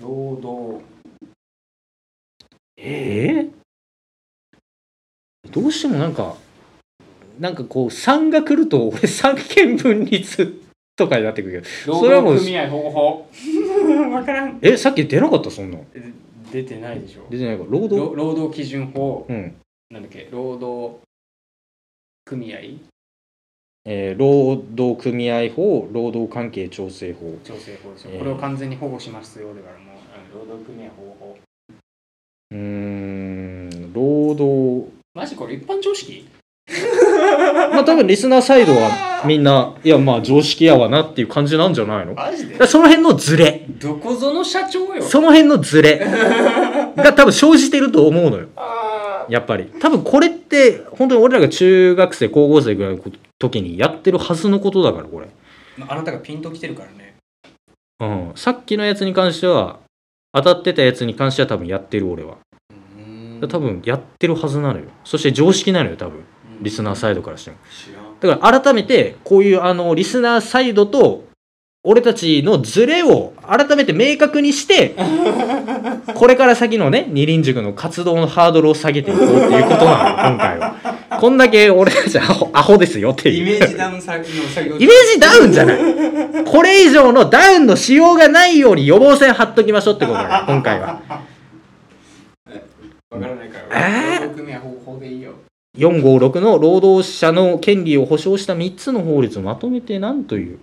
S2: 働労働
S1: えーどうしてもなんかなんかこう3が来ると俺3件分立とかになってくるけ
S2: 労
S1: どそれはもう
S2: 働組合保護法 <laughs> わからん
S1: えさっき出なかったそんなん
S2: 出てないでしょ
S1: 出てないか労働
S2: 労労働基準法
S1: うん
S2: なんだっけ労働組合
S1: えー労働組合法労働関係調整法
S2: 調整法ですよ、
S1: ええ
S2: これを完全に保護しますよだからもううん労働組合保護法
S1: うーん労働
S2: マジこれ一般常識
S1: まあ多分リスナーサイドはみんないやまあ常識やわなっていう感じなんじゃないのだか
S2: マジで
S1: らその辺のズレ
S2: どこぞの社長よ
S1: その辺のズレが多分生じてると思うのよ
S2: あ
S1: やっぱり多分これって本当に俺らが中学生高校生ぐらいの時にやってるはずのことだからこれ、
S2: ーあなたがピンときてるからね
S1: うん、さっきのやつに関しては当たってたやつに関しては多分やってる俺は
S2: うん
S1: 多分やってるはずなのよそして常識なのよ多分リスナーサイドからしてもだから改めてこういうあのリスナーサイドと俺たちのズレを改めて明確に
S2: <laughs>
S1: してこれから先のね二輪塾の活動のハードルを下げていこうっていうことなの今回はこんだけ俺たちアホアホですよっていう
S2: イメージダウンさの作業
S1: イメージダウンじゃないこれ以上のダウンの使用がないように予防線張っときましょうってことだよ今回は
S2: わからないから、
S1: えー
S2: 労働組合方法でいいよ
S1: 456の労働者の権利を保障した3つの法律をまとめて何という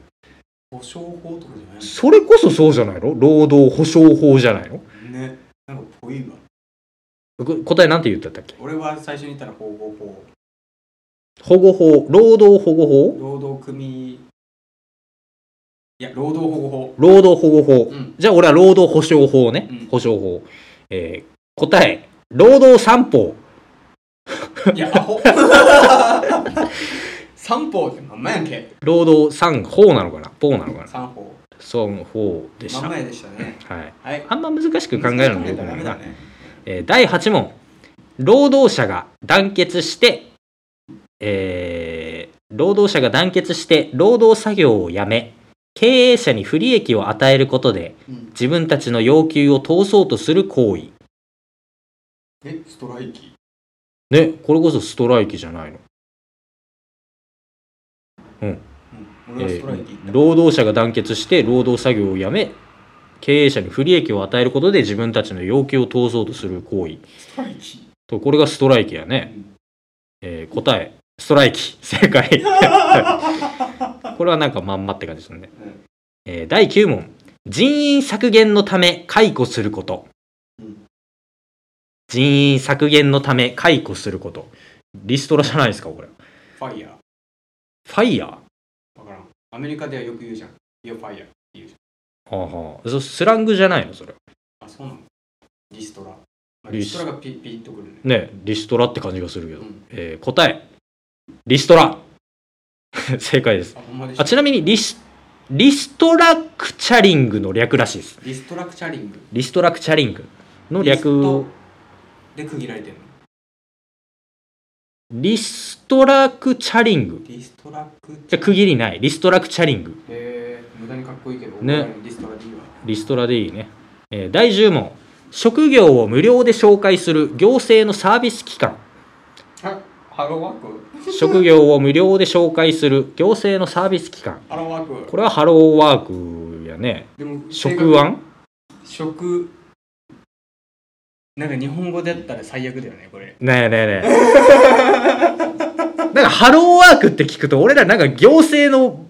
S2: 保証法とかじゃない
S1: それこそそうじゃないの労働保障法じゃないの
S2: のねなんかぽいわ
S1: こ答えなんて言ってたっけ
S2: 俺は最初に言ったら保護法
S1: 保護法労働保護法
S2: 労働組いや労働保護法
S1: 労働保護法
S2: うん
S1: じゃあ俺は労働保障法ね、
S2: うん
S1: 保障法、えー答え労働三法
S2: いやア
S1: <laughs>
S2: ホ三法ってまんまやんけ
S1: 労働三法なのかな法なのかな
S2: 三法
S1: そう法でし
S2: ま
S1: た、
S2: んまやでしたね
S1: はい、
S2: はい
S1: あんま難しく考えるのもよく
S2: ダ
S1: ない
S2: メ
S1: な
S2: だ、ね
S1: えー第8問労働者が団結してえー労働者が団結して労働作業をやめ経営者に不利益を与えることで
S2: うん
S1: 自分たちの要求を通そうとする行為
S2: えストライキ
S1: ねこれこそストライキじゃないの、
S2: うん俺はストライキ
S1: えー
S2: 言っ
S1: 労働者が団結して労働作業をやめ経営者に不利益を与えることで自分たちの要求を通そうとする行為
S2: たストライキ
S1: とこれがストライキやね、えー答えストライキ正解これはなんかまんまって感じですね、
S2: うん
S1: えー第9問人員削減のため解雇するこ
S2: う
S1: と、
S2: ん
S1: 人員削減のため解雇することリストラじゃないですかこれ
S2: ファイヤー
S1: ファイヤー
S2: わからんアメリカではよく言うじゃんいやファイヤー
S1: はあはあそスラングじゃないのそれ
S2: あそうなのリストラ、まあ
S1: リ
S2: リ
S1: ス
S2: ストラがピッピッとくるね
S1: ねリストラって感じがするけど、
S2: うん
S1: えー答えリストラ <laughs> 正解です
S2: あほんまでし
S1: あ
S2: た
S1: ちなみにリスリストラクチャリングの略らしいです
S2: リストラクチャリング
S1: リストラクチャリングの
S2: リス
S1: 略
S2: ト
S1: を
S2: で区切られてるの
S1: リストラクチャリング
S2: リストラク
S1: じゃあ区切りないリストラクチャリング
S2: えー、無駄にかっこいいけど、
S1: ね
S2: 俺らのリストラでいいわ
S1: リストラでいいね、えー第10問職業を無料で紹介する行政のサービス機関
S2: はハローワーク
S1: 職業を無料で紹介する行政のサービス機関
S2: ハローワーク
S1: これはハローワークやね
S2: でも
S1: 職
S2: 案
S1: 案
S2: 職なんか日本語だったら最悪だよねこれ
S1: ねえねえねえなんかハローワークって聞くと俺らなんか行政の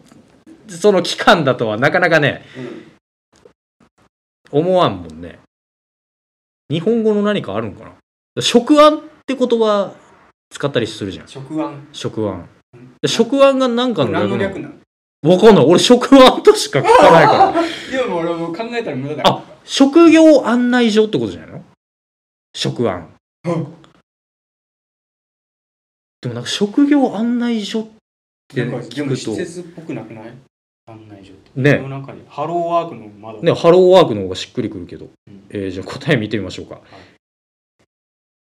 S1: その機関だとはなかなかね思わんもんね日本語の何かあるんかな職案って言葉使ったりするじゃん
S2: 食案
S1: 職案職案が何かの
S2: 何の
S1: な
S2: 略なの
S1: のわかんない俺職案としか聞かないから
S2: <laughs> いやもう俺もう考えたら無駄だ
S1: あ職業案内所ってことじゃないの職案
S2: うん
S1: でもなんか職業案内所って
S2: なんかでも
S1: 聞
S2: 施
S1: く
S2: 設っぽくなくない案内所って
S1: とね
S2: でもなんかねハローワークの窓
S1: ねハローワークの方がしっくりくるけど、
S2: うん
S1: えーじゃあ答え見てみましょうか、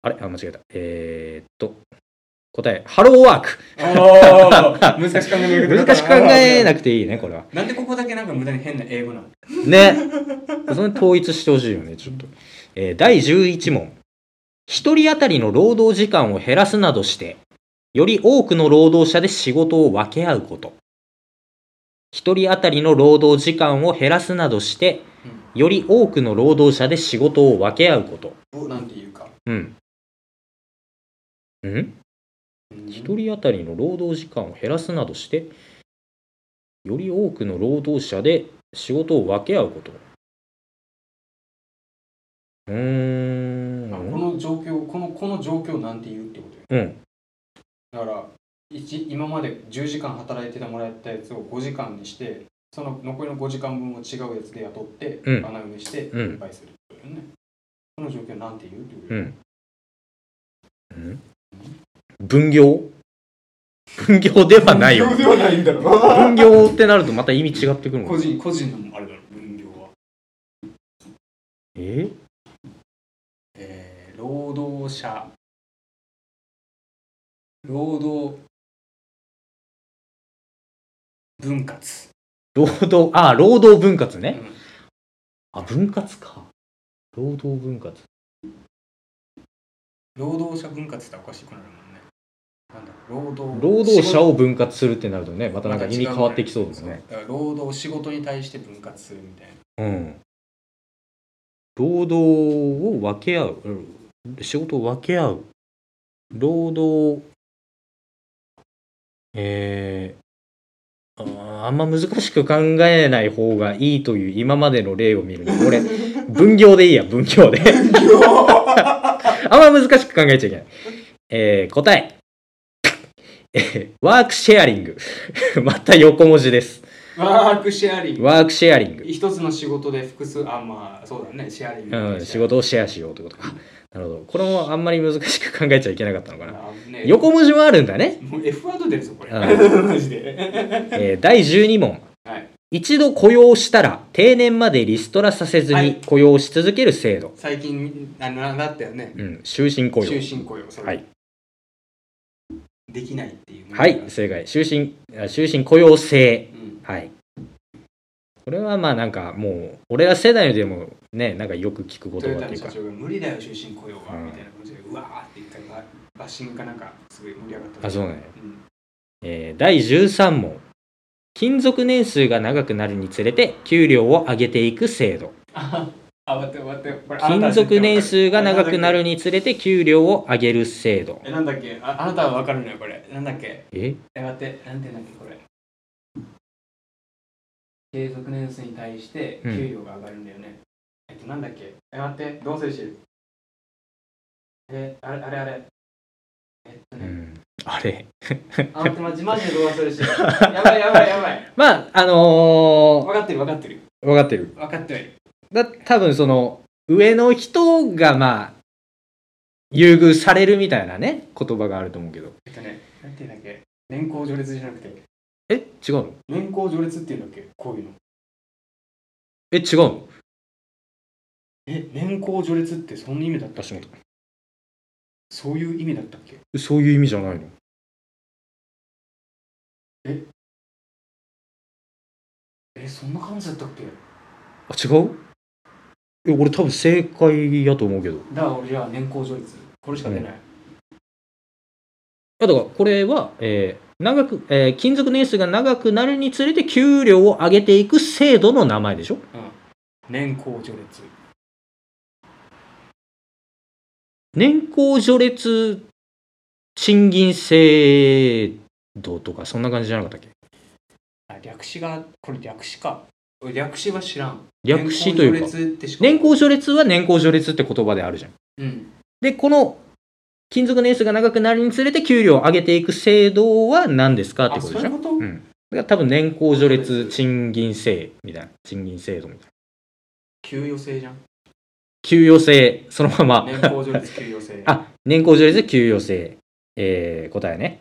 S1: あれあ間違えたえー、っと答えハローワーク
S2: あー難しく考えな
S1: 難しく考えなくていいねこ
S2: <laughs>
S1: れは
S2: なんでここだけなんか無駄に変な英語なの
S1: ねその統一してほしいよねちょっと、えー第11問一人当たりの労働時間を減らすなどしてより多くの労働者で仕事を分け合うこと一人当たりの労働時間を減らすなどしてより多くの労働者で仕事を分け合うこと
S2: をなんていうか
S1: うんうん
S2: 一
S1: 一人当たりの労働時間を減らすなどしてより多くの労働者で仕事を分け合うことうー
S2: あこ
S1: ん
S2: の状況このこの状況なんて言うってことよ
S1: うん
S2: だから一今まで10時間働いてもらったやつを5時間にしてその残りの5時間分を違うやつで雇って、
S1: うん
S2: 穴埋めして
S1: うん
S2: 分配するってことよねこの状況なんて言うってこと
S1: う
S2: よ、
S1: んうん分業分業ではないよ
S2: 分業ではないんだろ
S1: 分業ってなるとまた意味違ってくる
S2: 個
S1: の
S2: 人個人のあれだろ分業は
S1: え
S2: えー労働者労働分割
S1: 労働あ労働分割
S2: う
S1: ね
S2: ん
S1: あ分割か労働分割
S2: 労働者分割っておかしくなるもんねなんだ労働
S1: 労働者
S2: を
S1: を分割するってなるとねまたなんか意味変わってきそうですね
S2: だから労働仕事に対して分割するみたいな
S1: うん。労働を分け合う。うん仕事を分け合う。労働。えー、あーあんま難しく考えない方がいいという今までの例を見るの。俺、 <laughs> 分業でいいや、分業で。 <laughs> あんま難しく考えちゃいけない。えー、答え。えーワークシェアリング。 <laughs> また横文字です。
S2: ワークシェアリング
S1: ワークシェアリング。
S2: 一つの仕事で複数あまあそうだねシェアリング、
S1: うん、仕事をシェアしようってことか。なるほど。これもあんまり難しく考えちゃいけなかったのかな。
S2: あ、ね、
S1: 横文字もあるんだね。
S2: もう F ワード出るぞこれ、
S1: う
S2: <laughs> マジで <laughs>
S1: えー第12問。
S2: はい
S1: 一度雇用したら定年までリストラさせず
S2: は
S1: に
S2: い
S1: 雇用し続ける制度。
S2: 最近あのだったよね
S1: うん、終身雇用。
S2: 終身雇用それ、
S1: はい、
S2: できないっていう
S1: はい、正解。終身、あ終身雇用制。
S2: うん
S1: はい。これはまあなんかもう、俺ら世代でもね、なんかよく聞く
S2: ト
S1: 言
S2: ヨタ
S1: 葉っ
S2: の
S1: ていう
S2: 社
S1: か。
S2: 長が無理だよ終身雇用は、
S1: うん
S2: みたいな感じでうわーって一回ババッシングかなんかすごい盛り上がった
S1: あ、そうね。
S2: うん
S1: えー第13問。勤続年数が長くなるにつれて給料を上げていく制度。
S2: あ、待って待って、これ
S1: 勤続年数が長くなる。につれて給料を上げる制度
S2: え、なんだっけああなたはわかるのよ、これ。なんだっけ
S1: え
S2: え、待って、なんてなんだっけ、これ。継続年数に対して
S1: うん
S2: 給料が上がるんだよね。えっと、なんだっけえ、待って、どうせしてる。え、あれあれあれ。えっと
S1: う <laughs>
S2: ね、
S1: んあれ
S2: あ、待って、マジマジでどう忘れしてる。やばいやばいやばい。
S1: まああの
S2: 分かってる分かってる。
S1: ー、分かってる
S2: 分かってる。
S1: だ多分その上の人がまあ優遇されるみたいなね言葉があると思うけど
S2: えっとね、なんていうんだっけ年功序列じゃなくて、
S1: え違うの
S2: 年功序列っていうんだっけこういうの。
S1: え違うの
S2: え年功序列ってそんな意味だったっ
S1: 足
S2: け
S1: 元
S2: そういう意味だったっけ
S1: そういう意味じゃないの
S2: えそんな感じだったっけ
S1: あ違うえ俺多分正解やと思うけどい
S2: だから俺じゃあ年功序列これしか出ない、
S1: やだからこれは、えー長く、えー勤続年数が長くなるにつれて給料を上げていく制度の名前でしょ
S2: 年功序列
S1: 年功序列賃金制度とかそんな感じじゃなかったっけ
S2: あ略詞がこれ略詞か俺略詞は知らん
S1: 略詞という
S2: 年功
S1: か
S2: 序列ってしか
S1: 年功序列は年功序列って言葉であるじゃん
S2: うん
S1: でこの勤続年数が長くなるにつれて給料を上げていく制度は何ですかって
S2: あ
S1: こと
S2: そ
S1: で
S2: う
S1: し
S2: い
S1: ょ
S2: うこと、
S1: うん、だから多分年功序列賃金制みたいな賃金制度みたいな
S2: 給与制じゃん
S1: 給与制そのまま
S2: 年功序列給与制
S1: <laughs> あ年功序列給与制えー、答えね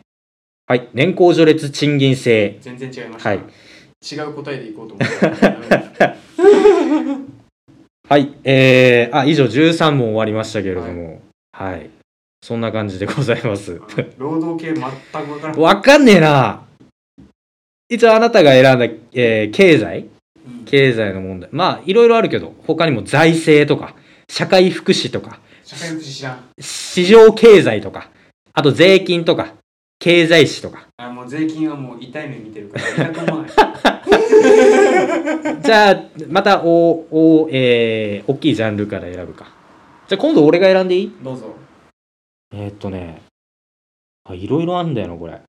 S1: はい年功序列賃金制
S2: 全然違いました、
S1: はい
S2: 違う答えでいこうと思った
S1: <laughs> はいえー、あ以上13問終わりましたけれどもはい、そんな感じでございます <laughs>
S2: 労働系全く分からん、
S1: わかんねえな一応あなたが選んだ、えー経済
S2: うん
S1: 経済の問題まあいろいろあるけど他にも財政とか社会福祉とか
S2: 社会福祉知らん
S1: 市場経済とかあと税金とか経済史とか
S2: あもう税金はもう痛い目見てる <laughs> から痛くもない
S1: じゃあまたおお、えー、大きいジャンルから選ぶかじゃあ今度俺が選んでいい
S2: どうぞ
S1: えー、っとねあいろいろあんだよなこれ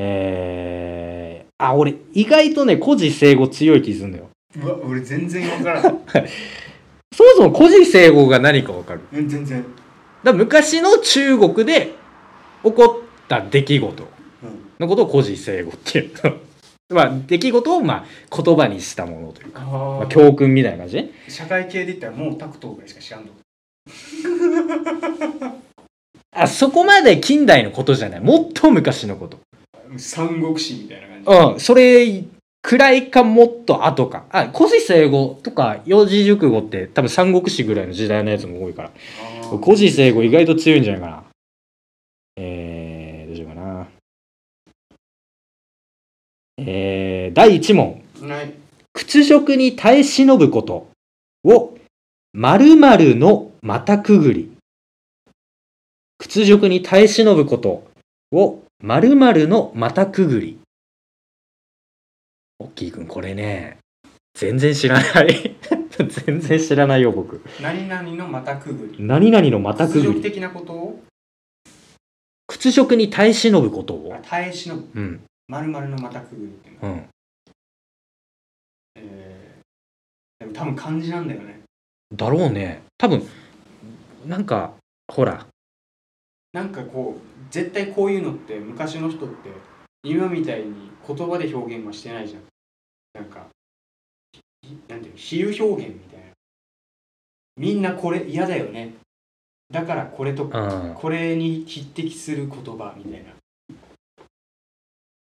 S1: えー、あ俺意外とね孤児生語強い気すんだよ
S2: うわ俺全然分からん
S1: そもそも孤児生語が何かわかる
S2: うん全然
S1: だから昔の中国で起こった出来事
S2: うん
S1: のことを孤児生語っていう <laughs> まあ出来事をまあ言葉にしたものというか、
S2: あ
S1: まあ、
S2: ー
S1: 教訓みたいな感じね
S2: 社会系で言ったらもうタクトぐらいしか知らんの
S1: あそこまで近代のことじゃないもっと昔のこと
S2: 三国志みたいな感じ
S1: うんそれくらいかもっと後かあ孤児生語とか幼児熟語って多分三国志ぐらいの時代のやつも多いから
S2: あー
S1: 孤児生語意外と強いんじゃないかなえー、どうしようかなえー、第1問
S2: ない
S1: 屈辱に耐え忍ぶことを〇〇の股くぐり屈辱に耐え忍ぶことを〇〇の股くぐりおっきいくんこれね全然知らない <laughs> 全然知らないよ僕
S2: 何々の股くぐり
S1: 何々の股く
S2: 屈
S1: ぐ
S2: 辱
S1: り
S2: 的なことを
S1: 屈辱に耐え忍ぶことを
S2: あ耐え忍ぶ
S1: うん
S2: 丸々の股くぐりっていうの、
S1: うん
S2: えー、でも多分漢字なんだよね
S1: だろうね多分なんかほら
S2: なんかこう絶対こういうのって昔の人って今みたいに言葉で表現はしてないじゃんなんかひなんていうの比喩表現みたいなみんなこれ嫌だよねだからこれと
S1: う
S2: か
S1: ん
S2: これに匹敵する言葉みたいな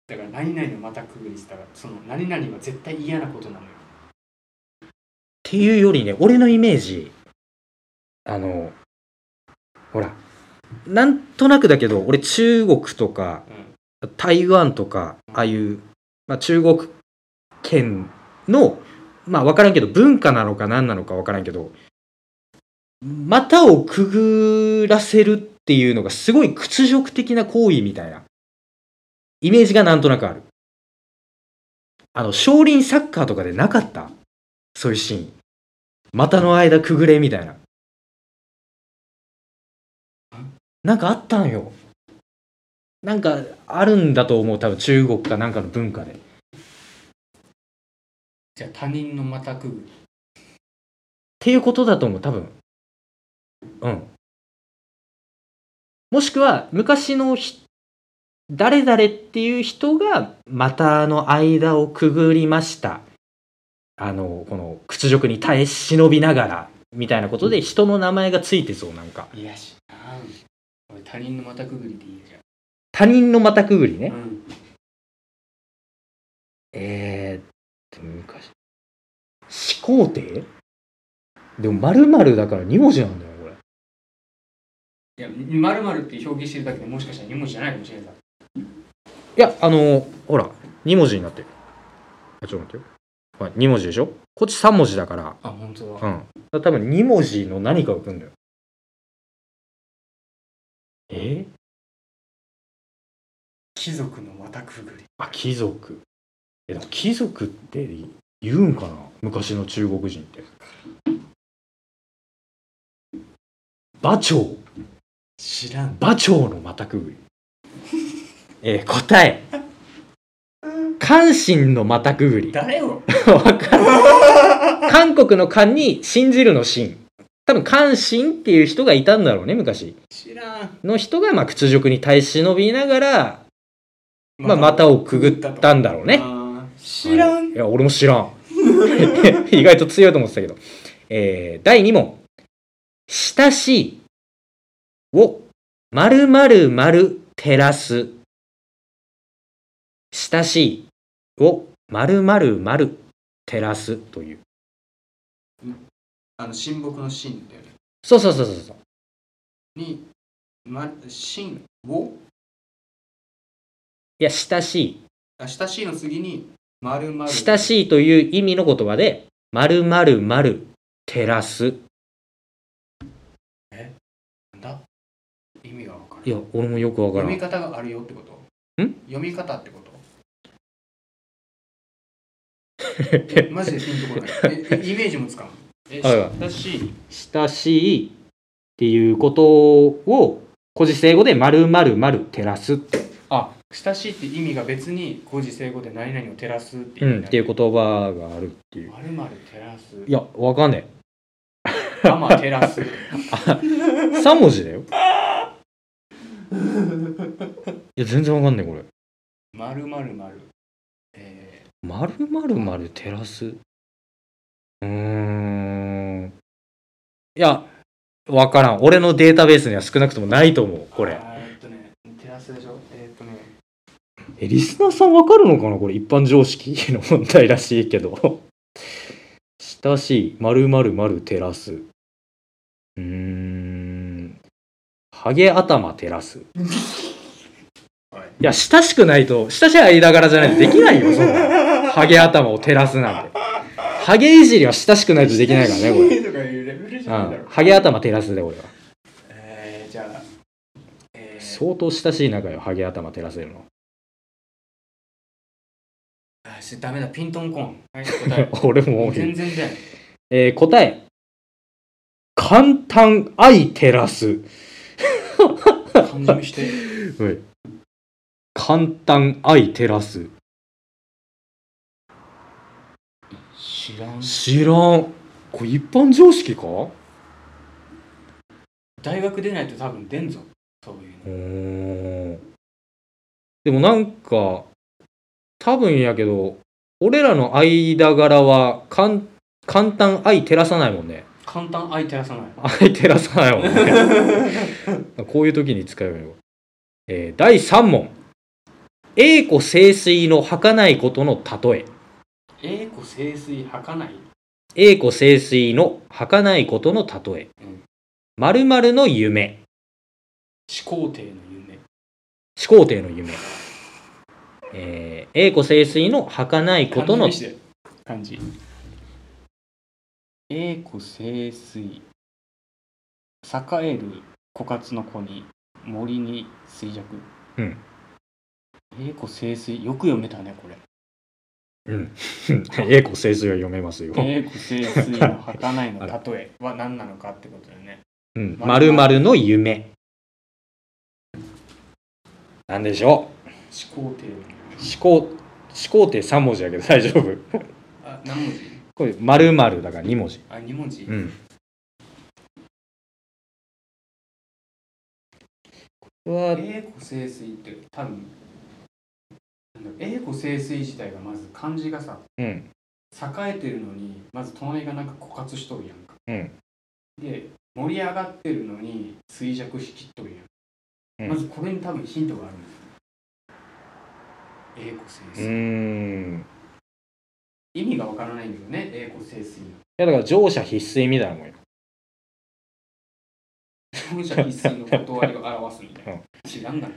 S2: だから何々のまたくぐりしたらその何々は絶対嫌なことなのよ
S1: っていうよりね俺のイメージあのほらなんとなくだけど俺中国とか台湾とかああいう、まあ、中国圏のまあ分からんけど文化なのか何なのか分からんけど股をくぐらせるっていうのがすごい屈辱的な行為みたいなイメージがなんとなくあるあの少林サッカーとかでなかったそういうシーン股の間くぐれみたいななんかあったんよなんかあるんだと思う多分中国かなんかの文化で
S2: じゃあ他人のまたくぐり
S1: っていうことだと思う多分うんもしくは昔のひ誰々っていう人が股の間をくぐりましたあのこの屈辱に耐え忍びながらみたいなことで人の名前がついてそうなんか
S2: いやしな俺他人のまたくぐりでいいじ
S1: 他人の股くぐ
S2: ゃ
S1: り
S2: ん、
S1: ね
S2: うん、
S1: えー、でも昔始皇帝でも丸々だから2文字なんだよこれ
S2: いや、まるまるって表記してるだけでもしかしたら2文字じゃないかもしれない。
S1: いや、あのほら、2文字になってる。あ、ちょっと待ってよ。ほら、2文字でしょこっち3文字だから、
S2: あ、本当
S1: う。ん。だから多分2文字の何かが来るんだよ。え
S2: 貴族のまたくぐり。
S1: あ、貴族。え、でも貴族って言うんかな昔の中国人って。馬長
S2: 知らん
S1: 馬長の股くぐり、 <laughs> えー答え関心の股くぐり
S2: 誰よ
S1: わかる韓国の漢に信じるの信多分関心っていう人がいたんだろうね昔
S2: 知らん
S1: の人がまあ屈辱に耐え忍びながら、まあ、股をくぐったんだろうね
S2: あー知ら
S1: はい
S2: ん
S1: いや俺も知らん <laughs> 意外と強いと思ってたけど、えー第2問「親しい」を「まるまるまる照らす」「親しい」を「まるまるまる照らす」という
S2: あの親睦の親だよね
S1: そうそうそうそうそう
S2: にま親を
S1: いや親しい
S2: あ親しいの次に丸々
S1: 親しいという意味の言葉で「まるまるまる照らす」
S2: なんだ意味がわからん
S1: いや俺もよくわから
S2: 読み
S1: ん
S2: 方があるよってこと
S1: ん
S2: 読み方ってこと
S1: <laughs>
S2: マジでピンとこないええイメージもつかんえ
S1: はいはい
S2: 親しい
S1: 親しいっていうことを古事成語で「まるまるまる照らす」
S2: あ親しいって意味が別に古事成語で何々を照らすって
S1: うん、っていう
S2: こ
S1: 言葉があるっていう
S2: まるまる照らす
S1: いやわかんね
S2: ママ照
S1: <laughs>
S2: らす
S1: え3文字だよいや全然わかんねえこれ
S2: まるまるまるえ
S1: 「まるまるまる照らす」うーんいやわからん俺のデータベースには少なくともないと思う
S2: ー
S1: これ
S2: あーえっとね照らすでしょえーっとね
S1: えリスナーさんわかるのかなこれ一般常識の問題らしいけど親しい〇〇〇照らすうーんハゲ頭照らす
S2: はい
S1: いや親しくないと親しい間柄じゃないとできないよそんなハゲ頭を照らすなんてハゲいじりは親しくないとできないからねこれ
S2: 親しいとかいうレベルじゃないだ
S1: うん
S2: ろ、
S1: ハゲ頭照らすで俺は
S2: えー、じゃあえー、
S1: 相当親しい仲よハゲ頭照らせるの
S2: あしダメだピントンコーンはい答
S1: <laughs>
S2: え
S1: <laughs> 俺も多い
S2: 全然だよ
S1: えー答え。簡単愛照らす。
S2: 漢字見して
S1: はい簡単愛照らす。
S2: 知らん
S1: 知らん。これ一般常識かう
S2: 大学出ないと多分出んぞそういう
S1: ーん。でもなんか、多分やけど、俺らの間柄は、かん簡単愛照らさないもんね。
S2: の簡単愛照らさない
S1: 愛照らさないもんね。 <laughs> こういう時に使えばいいわえー第3問。栄枯盛衰の儚いことの例え。
S2: 栄子清水はかない
S1: 栄枯盛衰の儚いことの例え
S2: うん。
S1: 〇〇の夢。
S2: 始皇帝の夢
S1: 始皇帝の夢。えー、栄枯盛衰の儚いこと <laughs> の
S2: 漢字見、して漢字栄子清水栄える枯渇の子に森に衰弱
S1: うん
S2: 栄子清水よく読めたねこれ
S1: うん。栄枯盛衰は読めますよ。
S2: 栄枯盛衰の儚いの例えは何なのかってことだよね。
S1: うん。〇〇の夢。なんでしょ
S2: 始皇帝の
S1: う始皇、始皇帝3文字やけど大丈夫
S2: あ、何文字
S1: <laughs> これ〇〇だから2文字。
S2: <laughs> あ、2文字、
S1: うん。これは、
S2: 栄枯盛衰って多分、なんだ栄枯盛衰自体がまず漢字がさ、
S1: うん。
S2: 栄えてるのに、まず隣がなんか枯渇しとるやんか。
S1: うん
S2: で、盛り上がってるのに衰弱しきっとるやん。
S1: うん
S2: まずこれに多分ヒントがあるん栄枯
S1: う
S2: 盛衰。
S1: ーん。
S2: 意味がわからないんだよね、栄枯盛衰の。
S1: いやだから乗車必須みたいなもんよ。
S2: 当者一斉の断りを表すみたいな。知らんがな。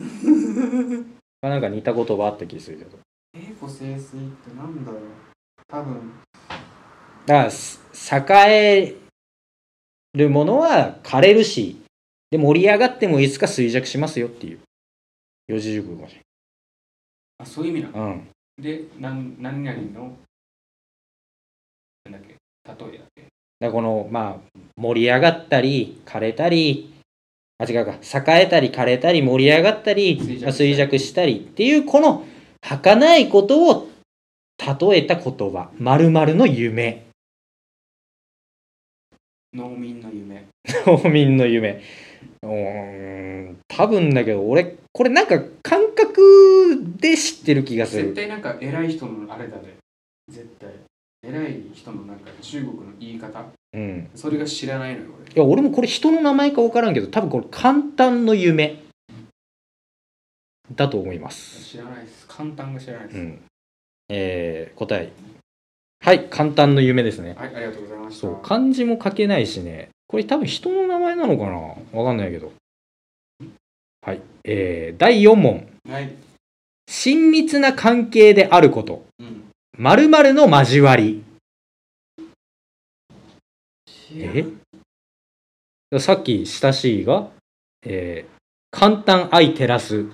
S1: まあなんか似た言葉あった気するけど。
S2: <laughs> 栄枯盛衰ってなんだろう多分
S1: だから、栄えるものは枯れるし、で、盛り上がってもいつか衰弱しますよっていう。四字熟語かもし
S2: あそういう意味なの
S1: れんうん。
S2: でなん何々のなんだっけ例えだっけ
S1: だからこの、まあ、盛り上がったり枯れたりあ違うか栄えたり枯れたり盛り上がったり
S2: 衰弱したり
S1: まあ衰弱したりっていうこの儚いことを例えた言葉「まるの夢
S2: 農民の夢」
S1: 農民の夢うーん多分だけど俺これなんか感覚で知ってる気がす
S2: 絶
S1: る
S2: 対なんか偉い人のあれだね絶対偉い人のなんか中国の言い方
S1: うん
S2: それが知らないのよ
S1: いや俺もこれ人の名前か分からんけど多分これ簡単の夢だと思いま
S2: 俺
S1: す、
S2: 知らないです簡単が知らないです、
S1: うんえー答えはい簡単の夢ですね
S2: はいありがとうございました
S1: そう漢字も書けないしねこれ多分人の名前なのかな分かんないけどはいえー第4問
S2: はい
S1: 親密な関係であること
S2: うん
S1: 〇〇の交わりえさっき親しいが、えー簡単愛照らす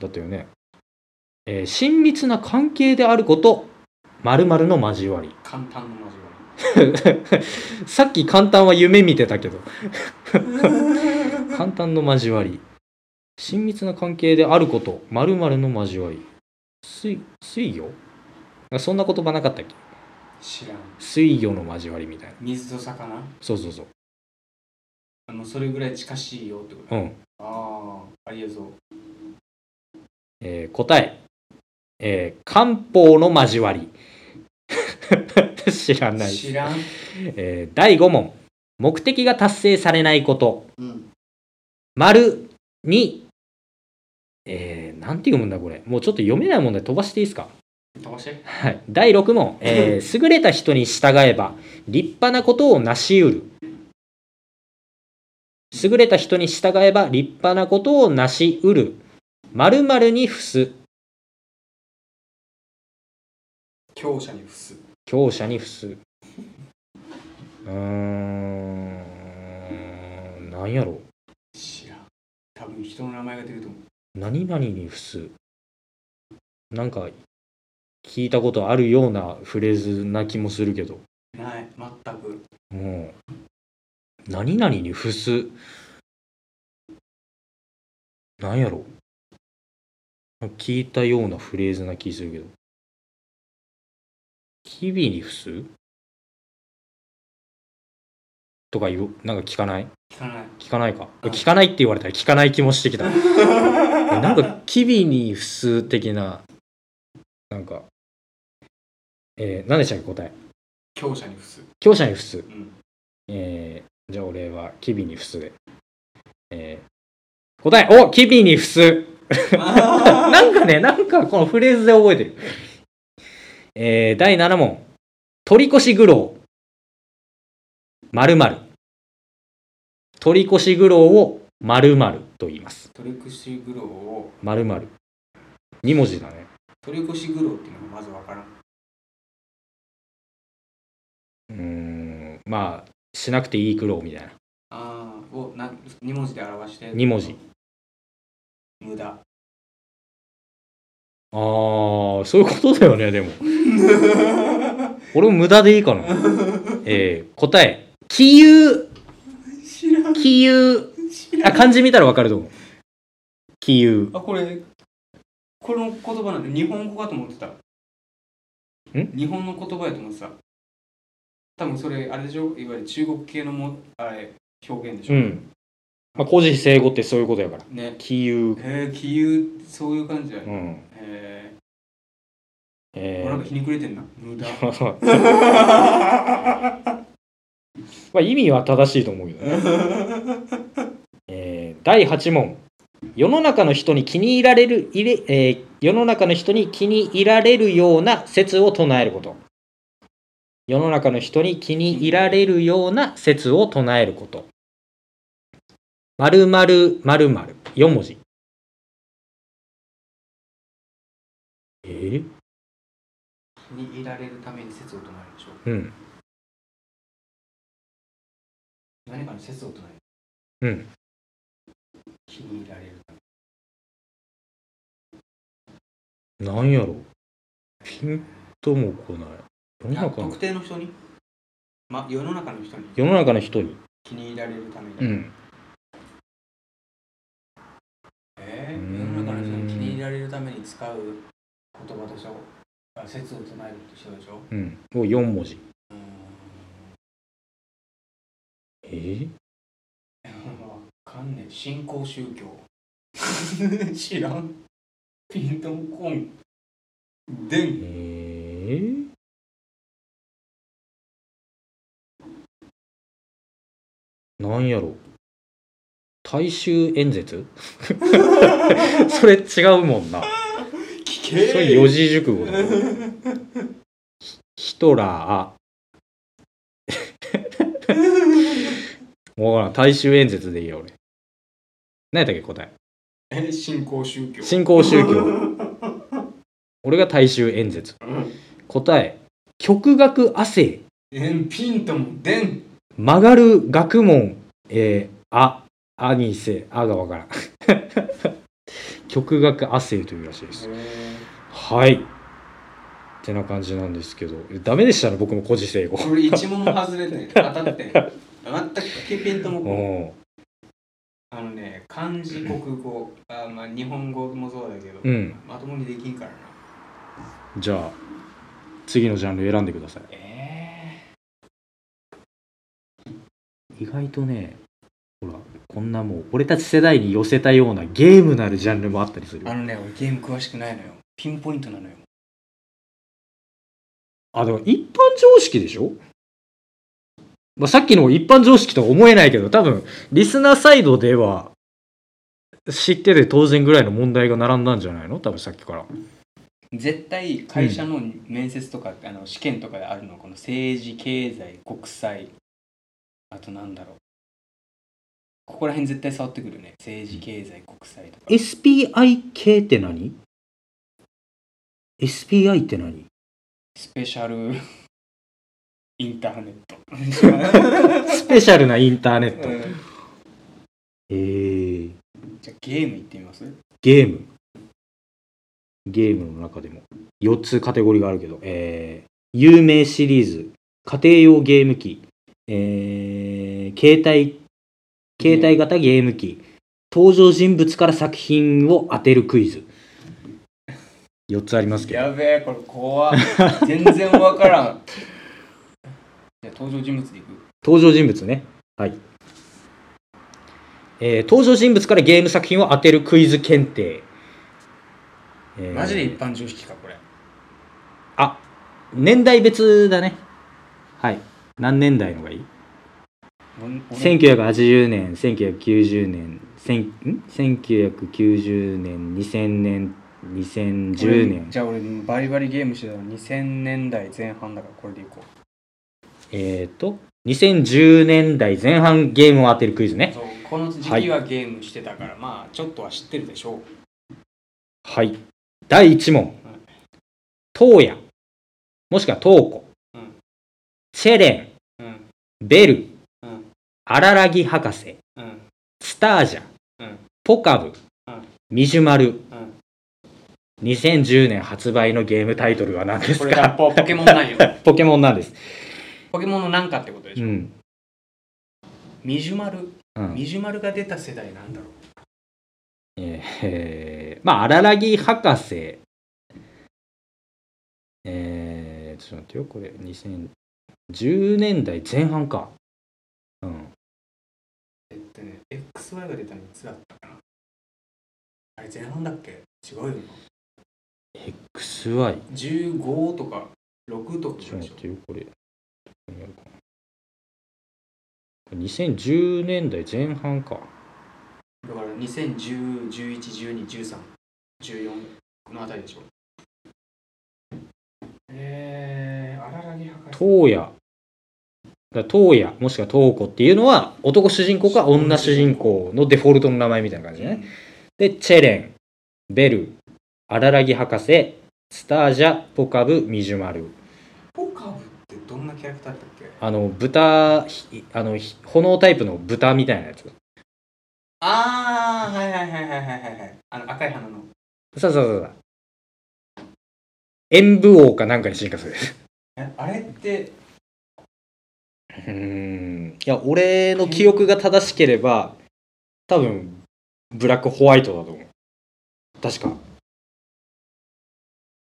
S1: だったよね、えー親密な関係であること〇〇の交わり <laughs>
S2: 簡単の交わ
S1: さっき簡単は夢見てたけど <laughs>
S2: り
S1: 簡単の交わり親密な関係であること〇〇の交わり水水魚あそんな言葉なかったっけ
S2: 知らん
S1: 水魚の交わりみたいな
S2: 水と魚
S1: そうそうそう
S2: あのそれぐらい近しいよってこと
S1: うん、
S2: ああありがとう
S1: えー答ええー漢方の交わり <laughs> 知らない
S2: 知らん、
S1: えー第5問目的が達成されないこと
S2: うん、
S1: 丸にえー、なんて読むんだこれもうちょっと読めない問題飛ばしていいですか
S2: 飛ばして
S1: はい第6問、えー優れた人に従えば立派なことを成し得る優れた人に従えば立派なことを成し得る丸々に付す
S2: 強者に伏す
S1: 強者に付すうーんなんやろう
S2: 知らん多分人の名前が出ると思う
S1: 何々に付すなんか聞いたことあるようなフレーズな気もするけど
S2: ない全く
S1: もう何々に付すなんやろ聞いたようなフレーズな気するけど日々に付すとか言うなんか聞かない
S2: 聞かない
S1: 聞かないか聞かないって言われたら聞かない気もしてきたえなんか機微に普通的ななんかえー、何でしたっけ答え
S2: <laughs> 強者に伏す
S1: 強者に普通
S2: うん
S1: えー、じゃあ俺は機微に普通でえー、答えお機微に普通なんかねなんかこのフレーズで覚えてるえー、第7問取り越し苦労まる取り越し苦労をまると言います
S2: トリクシグローを
S1: まるまる。2文字だね。
S2: トリコシグローっていうのがまずわからん
S1: うーん。まあ、しなくていい苦労みたいな。
S2: ああをな2文字で表して
S1: 2文字。
S2: 無駄
S1: あー、そういうことだよね、でも。 <laughs> 俺も無駄でいいかな。えー、答え。気遊、
S2: 知らん
S1: 気遊。
S2: 知らん
S1: あ、漢字見たらわかると思う。気遊。
S2: あこれこの言葉なんで日本語かと思ってた
S1: ん
S2: 日本の言葉やと思ってた多分それあれでしょいわゆる中国系のもあれ表現でし
S1: う
S2: ょ、
S1: ん。まあ、古事成語ってそういうことやから。
S2: ね
S1: 気遊。
S2: へえ気遊そういう感じだよ
S1: う
S2: ね、
S1: ん。
S2: へえ
S1: え
S2: 俺なん
S1: ー
S2: かひねくれてんな無
S1: <laughs>
S2: 駄
S1: まあ、意味は正しいと思うけどね。えー第8問世の中の人に気に入られる入れ、えー世の中の人に気に入られるような説を唱えること世の中の人に気に入られるような説を唱えることまるまるまるまる4文字えー
S2: 気に入られるために説を唱えるでしょ
S1: うん
S2: 何かの説を唱え
S1: う
S2: る
S1: ん
S2: 気に入られるため
S1: なんやろピンとも来ない世の中の
S2: 特定の人にま、世の中の人に
S1: 世の中の人に
S2: 気に入られるために、
S1: うん
S2: え
S1: う
S2: ー、
S1: ん
S2: 世の中の人に気に入られるために使う言葉としてはあ説を唱えるとしてでしょ
S1: うんを4文字
S2: うーん
S1: えー、
S2: わかんねえ新興宗教 <laughs> 知らんピントンコンでん
S1: えー、なんやろ大衆演説 <laughs> それ違うもんな
S2: 聞
S1: それ四
S2: け
S1: 字熟語だなヒヒトラ <laughs> ーわからん大衆演説でいいよ俺何やったっけ答え
S2: <laughs> え新興宗教
S1: 新興宗教俺が大衆演説答え極学亜生
S2: <laughs> えんピントンでん
S1: 曲がる学問えー、ああにせあがわからん <laughs> 極学亜生というらしいですはいってな感じなんですけどえダメでしたね僕も個人 <laughs> 英語
S2: これ一問も外れてん当たってん全くピントもこん
S1: うん
S2: あのね、漢字、国語、あまあ、日本語もそうだけど、
S1: うん
S2: まともにできんからな。
S1: じゃあ次のジャンル選んでくださ
S2: え
S1: い意外とねほらこんなもう俺たち世代に寄せたようなゲームなるジャンルもあったりする
S2: あのね、俺ゲーム詳しくないのよ。ピンポイントなのよ。
S1: あでも一般常識でしょ、まあ、さっきの一般常識とは思えないけど多分リスナーサイドでは知ってて当然ぐらいの問題が並んだんじゃないの多分さっきから
S2: 絶対会社の面接とか、あの試験とかであるの、この政治、経済、国際、あとなんだろう。ここら辺絶対触ってくるよね。政治、経済、国際とか。
S1: SPIK って何 ?SPI って何
S2: スペシャルインターネット。
S1: スペシャルなインターネット、
S2: う
S1: え
S2: ん
S1: ー、
S2: じゃあゲームいってみます
S1: ゲームゲームの中でも4つカテゴリーがあるけど、えー有名シリーズ家庭用ゲーム機、えー携帯携帯型ゲーム機登場人物から作品を当てるクイズ4つありますけど
S2: やべえ、これ怖っ全然わからん。じゃあ登場人物でいく。
S1: 登場人物ねはい、えー登場人物からゲーム作品を当てるクイズ検定、えー
S2: マジで一般常識か、これ。
S1: あ年代別だねはい何年代のがいい
S2: 俺
S1: 1980年1990年千ん1990年2000年2010年
S2: じゃあ俺、バリバリゲームしてたの2000年代前半だから、これでいこ
S1: えっ、と2010年代前半ゲームを当てるクイズ
S2: う。
S1: ね
S2: そうこの時期はゲームしてたから、まあ、ちょっとは知ってるでしょう。
S1: はい第1問東野もしくは東子、
S2: うん
S1: チェレ
S2: うん、
S1: ンベル
S2: うん、
S1: 荒らぎ博士
S2: うん、
S1: スタージャ、
S2: うん
S1: ポカブ、
S2: うん
S1: ミジュマル、
S2: うん。
S1: 2010年発売のゲームタイトルは何です
S2: これが
S1: か
S2: ポポケモンなんよ。
S1: <laughs> ポケモンなんです。
S2: ポケモンのなんかってことで
S1: う
S2: しょ。
S1: ん。
S2: ミジュマル。
S1: うん
S2: ミジュマルが出た世代なんだろう。
S1: えー、まあ、荒らぎ博士。えー、ちょっと待ってよ、これ、2010年代前半か。うん。
S2: えっとね、XY が出たのいつだったかなあれ前半だっけ違うよな。
S1: XY。
S2: 15とか6とか
S1: ちょっと
S2: でし
S1: 待
S2: ょ
S1: ってよ、これ。ここにあるかな2010年代前半か。
S2: だから2010、11、12、13、14のあたりでしょ。えー、荒らぎ博士。
S1: 東野だ東野もしくは東子っていうのは男主人公か女主人公のデフォルトの名前みたいな感じね、でチェレンベル荒らぎ博士スタージャポカブミジュマル
S2: ポカブってどんなキャラクターだったっけ
S1: あの豚ひあのひ炎タイプの豚みたいなやつ
S2: あー、はいはいはいはいはいはい。あの赤い花の。
S1: そうそうそうそう演武王かなんかに進化する
S2: えあれって、
S1: うーんいや俺の記憶が正しければ多分ブラックホワイトだと思う確か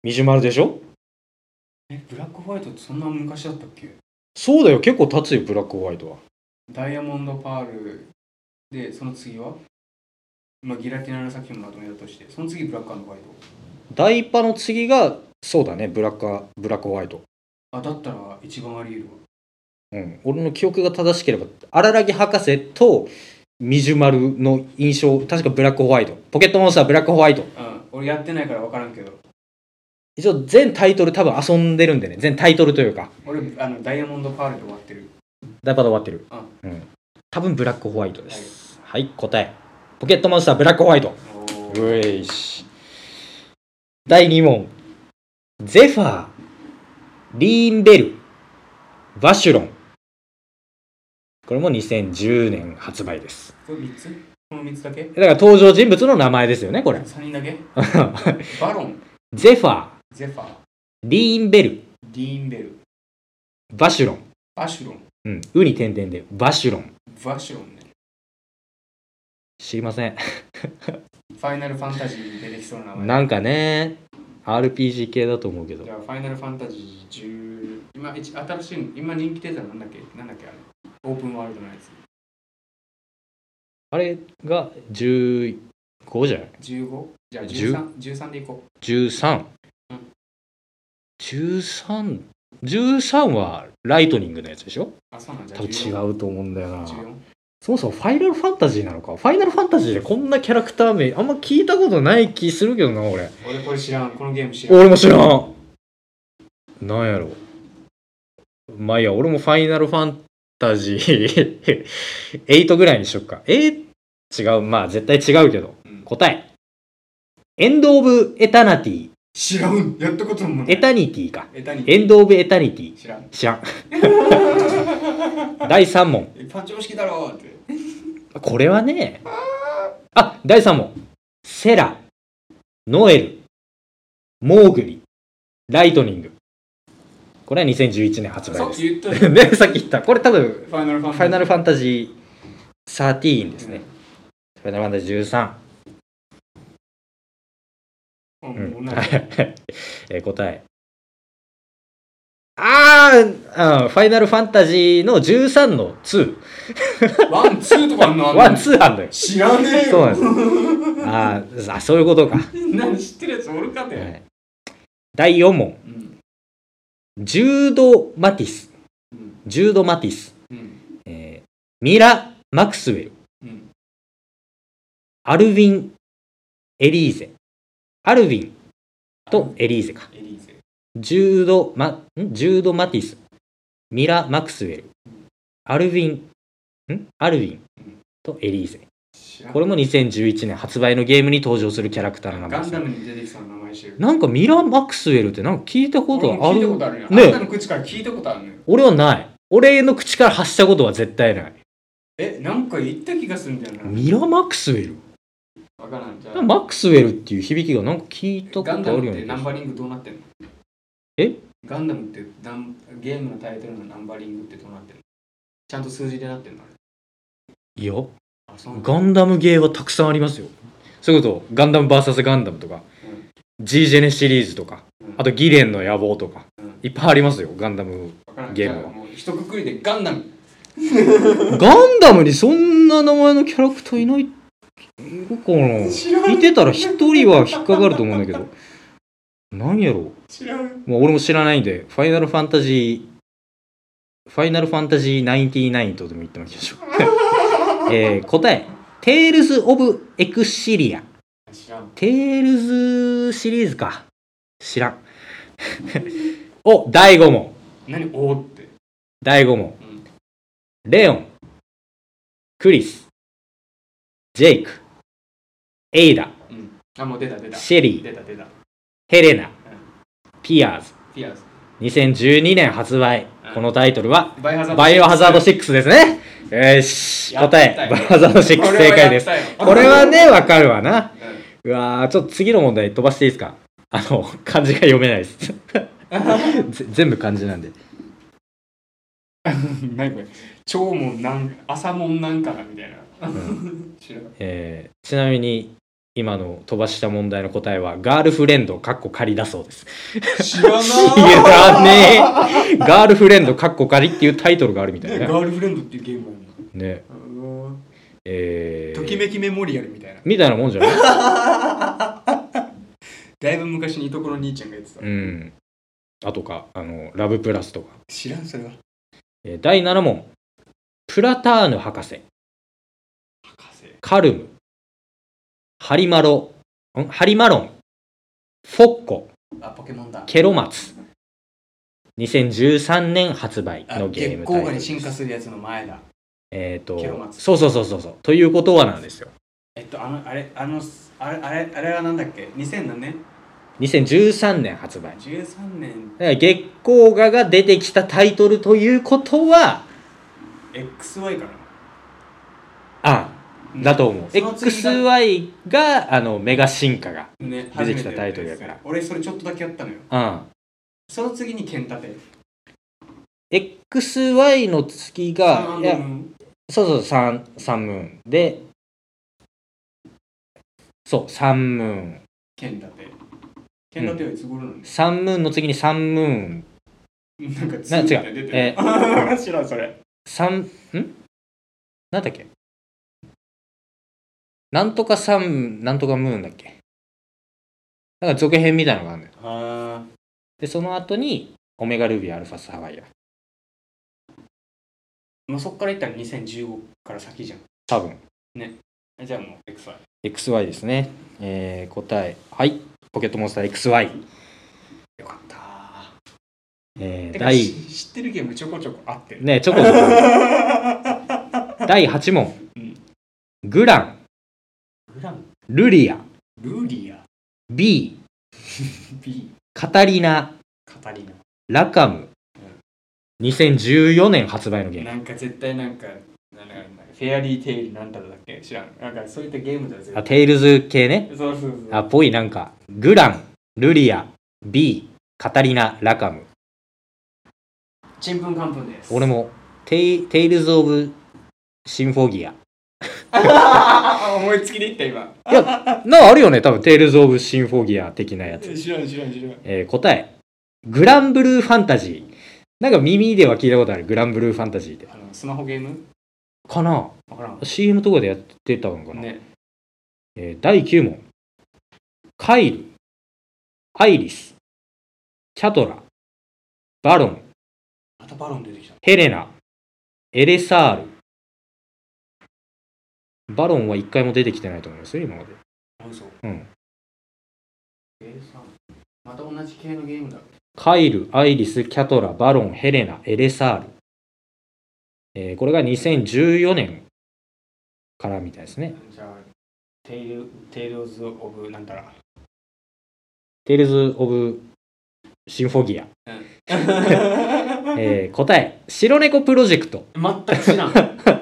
S1: ミジュマルでしょ
S2: えブラックホワイトってそんな昔だったっけ
S1: そうだよ結構経つよブラックホワイトは
S2: ダイヤモンドパールでその次はまあギラティナの作品もまとめだとしてその次ブラックホワイト
S1: ダイパの次がそうだねブラックはブラックホワイト
S2: あだったら一番あり得るわ
S1: うん俺の記憶が正しければ荒木博士とミジュマルの印象確かブラックホワイトポケットモンスターブラックホワイト
S2: うん、俺やってないから分からんけど
S1: 一応全タイトル多分遊んでるんでね全タイトルというか
S2: 俺あのダイヤモンドパールで終わってる
S1: ダイパで終わってる
S2: あ、
S1: うん、多分ブラックホワイトですはい、答えポケットモンスターブラックホワイト
S2: お
S1: う
S2: ー
S1: えいし第2問ゼファーリーンベルバシュロンこれも2010年発売です
S2: これ3つこの3つだけ
S1: だから登場人物の名前ですよねこれ
S2: 3人だ <laughs> けバロン
S1: ゼファー
S2: ゼファー
S1: リーンベル
S2: ディーンベル
S1: バシュロン
S2: バシュロン
S1: うんウに点々でバシュロン
S2: バシュロンね
S1: 知りません
S2: ファイナルファンタジーに出てきそうな名前
S1: なんかね RPG 系だと思うけど
S2: じゃあファイナルファンタジー10今一新しいの今人気出たのなんだっけなんだっけあれオープンワールドのやつ
S1: あれが15じゃない
S2: 15? じゃあ
S1: 10
S2: 13, 13でいこ
S1: ?13
S2: うん。
S1: 13、13はライトニングのやつでしょ
S2: うあそうなんじゃあ
S1: 多分違
S2: 14
S1: うと思うんだよな。
S2: 14
S1: そもそもファイナルファンタジーなのか。ファイナルファンタジーでこんなキャラクター名、あんま聞いたことない気するけどな、俺。
S2: 俺これ知らんこのゲーム知らん
S1: 俺も知らん。なんやろ。まあいいや、俺もファイナルファンタジー <laughs> 8ぐらいにしよっか。え違う。まあ絶対違うけど。
S2: うん
S1: 答え。エンド・オブ・エタナティ。
S2: 知らんやったこともない
S1: エタニティか。
S2: エタに
S1: エンド・オブ・エタニティ。
S2: 知らん
S1: 知らん。第3問。
S2: えパンチョ式だろうって
S1: これはね。あ、第3問。セラ、ノエル、モーグリ、ライトニング。これは2011年発
S2: さ
S1: 売
S2: っ
S1: で
S2: き言ったじゃ
S1: す。 <laughs> ね、さっき言った。これ多分、
S2: んファイナルファン
S1: ファイナル
S2: フ
S1: ファンタジー13ですね。ファイナルファンタジー13。
S2: ァン
S1: うん
S2: 同
S1: は
S2: じ
S1: い <laughs> えー答え。あーあー、ファイナルファンタジーの13の2。
S2: ワン、ツーとかあんのあんの
S1: ワン、ツーあんだよ。
S2: 知らねえ
S1: そうな
S2: よ
S1: んですよ。あーあ、そういうことか。は
S2: <laughs> 何知ってるやつおるかって
S1: い、第4問。
S2: うん
S1: ジュード・マティス。
S2: うん
S1: ジュード・マティス。
S2: うん
S1: えーミラ・マクスウェル。
S2: うん
S1: アルヴィン・エリーゼ。アルヴィンとエリーゼか。
S2: エリーゼ
S1: ジュード・マ、んジュード・マティス。ミラ・マクスウェル。アルヴィン、んアルヴィンとエリーゼ。
S2: 知らん
S1: これも2011年発売のゲームに登場するキャラクターの
S2: ガ
S1: 名前
S2: ン
S1: です
S2: ダ
S1: ね。
S2: ムに出てきそうな名前してる
S1: なんかミラ・マクスウェルってなんか聞いたこと
S2: 俺も
S1: はあ
S2: 聞い
S1: る
S2: たことあるよ、
S1: ね
S2: あんたの口から聞いたことあるのよ
S1: 俺はない。俺の口から発したことは絶対ない。
S2: えなんか言った気がするんだよな
S1: ミラ・マクスウェル
S2: わからんじゃあ
S1: マックスウェルっていう響きがなんか聞いたこと
S2: ガ
S1: あ
S2: ン
S1: る
S2: ダ
S1: よ
S2: ムって
S1: ね
S2: ナンバリングどうなってんの
S1: え
S2: ガンダムってナンゲームのタイトルのナンバリングってどうなってんのちゃんと数字でなってんのあれ
S1: いや
S2: あそうなんだ
S1: ガンダムゲーはたくさんありますよそういうことガンダム VS ガンダムとか、G ジェネシリーズとか
S2: うん
S1: あとギレンの野望とか、
S2: うん
S1: いっぱいありますよガンダム
S2: わからん
S1: ゲームは
S2: じゃあもう一括りでガンダム
S1: ガンダムにそんな名前のキャラクターいないいるかな
S2: 知らん
S1: いてたら一人は引っかかると思うんだけどなんやろう
S2: 知らん
S1: もう俺も知らないんでファイナルファンタジーファイナルファンタジー99とでも言ってもらいましょう、 <laughs> えー答え「テールズ・オブ・エクシリア」
S2: 知らん
S1: 「テールズ」シリーズか知らん <laughs> お第5問
S2: 何おーって
S1: 第5問
S2: うん
S1: レオンクリスジェイクエイダ
S2: うんあもう出た出た
S1: シェリー
S2: 出た出た
S1: ヘレナピアーズ
S2: ピアーズ
S1: 2012年発売このタイトルは「
S2: バイオハザード
S1: バイオハザード6ですね。よし。
S2: やっ
S1: 答
S2: たよ
S1: え、バイオハザード6
S2: これは
S1: 正解です。
S2: やったよ
S1: これはね、わかるわな。
S2: うん
S1: うわー、ちょっと次の問題飛ばしていいですかあの、漢字が読めないです。ぜ全部漢字なんで。
S2: 何これ長門なん朝門なんかなみたいな、知ら
S1: <laughs>
S2: ん
S1: えーちなみに今の飛ばした問題の答えはガールフレンドかっこ仮だそうです
S2: 知らない
S1: 知らねえガールフレンドかっこ仮っていうタイトルがあるみたい
S2: ね
S1: な
S2: ガールフレンドっていうゲームあるの
S1: ね
S2: あの
S1: え
S2: ー
S1: ー
S2: ときめきメモリアルみたいな
S1: みたいなもんじゃない
S2: だいぶ昔にいとこの兄ちゃんがやってた、
S1: うんあとかあのラブプラスとか、
S2: 知らんそれは
S1: えー第7問プラターヌ博士
S2: 博士
S1: カルムハリマロんハリマロンフォッコ
S2: あポケモンだ
S1: ケロマツ2013年発売のゲームタイトル
S2: に
S1: で
S2: 進化
S1: す
S2: するやつの前だ
S1: えっ、
S2: ケロマ
S1: と
S2: ツ
S1: そうそうそうそうそうということはなんですよ
S2: えっとあのあれあのあれあれあれはなんだっけ2000何年
S1: 2013年発売だか
S2: ?13 年
S1: ら月光画が出てきたタイトルということは
S2: XY かな
S1: あだと思う
S2: その次が
S1: XY があのメガ進化が
S2: ね
S1: 出てきたタイトル
S2: 初めてやっ
S1: やから
S2: たやつ俺それちょっとだけやったのよ
S1: うん
S2: その次にケンタペ
S1: XY の月が
S2: あ
S1: いや
S2: うん
S1: そうそう、三、三ムーン。で、そう、三ムーン。
S2: ケンタペケンタペはいつ頃なの、
S1: 三ムーンの次に三ムーン。
S2: なんかツ
S1: な
S2: ーみ
S1: 違
S2: たいなの出
S1: う。
S2: て
S1: え
S2: る <laughs>
S1: ー、
S2: 知らんそれ
S1: 三、んなんだっけなんとか三、なんとかムーンだっけなんか続編みたいなのがあるんだよ。
S2: は
S1: で、その後に、オメガルビー、アルファス、ハワイアン。
S2: もうそっからいったら2015から先じゃん
S1: 多分、
S2: えじゃあもう XY
S1: XY ですね。えー、答え、はい。ポケットモンスター XY。
S2: よかった
S1: えー、
S2: てか
S1: 第
S2: し知ってるゲームちょこちょこあってる
S1: ねえ、チョコの第8問
S2: うん。
S1: グラン、
S2: グラン
S1: ルリア、
S2: ルーリア
S1: B、
S2: B
S1: カタリナ、
S2: カタリ
S1: ラカム。2014年発売のゲ
S2: ナ
S1: ー
S2: な
S1: ム。
S2: んか絶対なんかなんだなんだフェアリーテイルなんたらだっけ知らんなんかそういったゲームだぜ
S1: あ、テイルズ系ね。
S2: そうそうそう
S1: あ、ぽいなんか。グラン、ルリア、B、カタリナ、ラカム。
S2: ちんぷんかんぷんです
S1: 俺も、テイテイルズ・オブ・シンフォギア。
S2: 思いつきでいった今
S1: なあ、あるよね、多分。テイルズ・オブ・シンフォギア的なやつ。
S2: 知らん知らん知らん
S1: えー答え。グランブルー・ファンタジー。なんか耳では聞いたことある。グランブルー・ファンタジーって。
S2: あのスマホゲーム
S1: かな
S2: わからん
S1: CM とかでやってたのかな、
S2: ね
S1: えー第9問カイルアイリスキャトラバロン
S2: またバロン出てきた
S1: ヘレナエレサールバロンは一回も出てきてないと思いますよ今まで
S2: あ嘘
S1: うん
S2: 計算また同じ系のゲームだ
S1: カイルアイリスキャトラバロンヘレナエレサール、えーこれが2014年からみたいですね
S2: じゃあテイルテイルズ・オブなんたら
S1: テイルズ・オブ・シンフォギア、えー答え白猫プロジェクト
S2: 全く知らん
S1: だか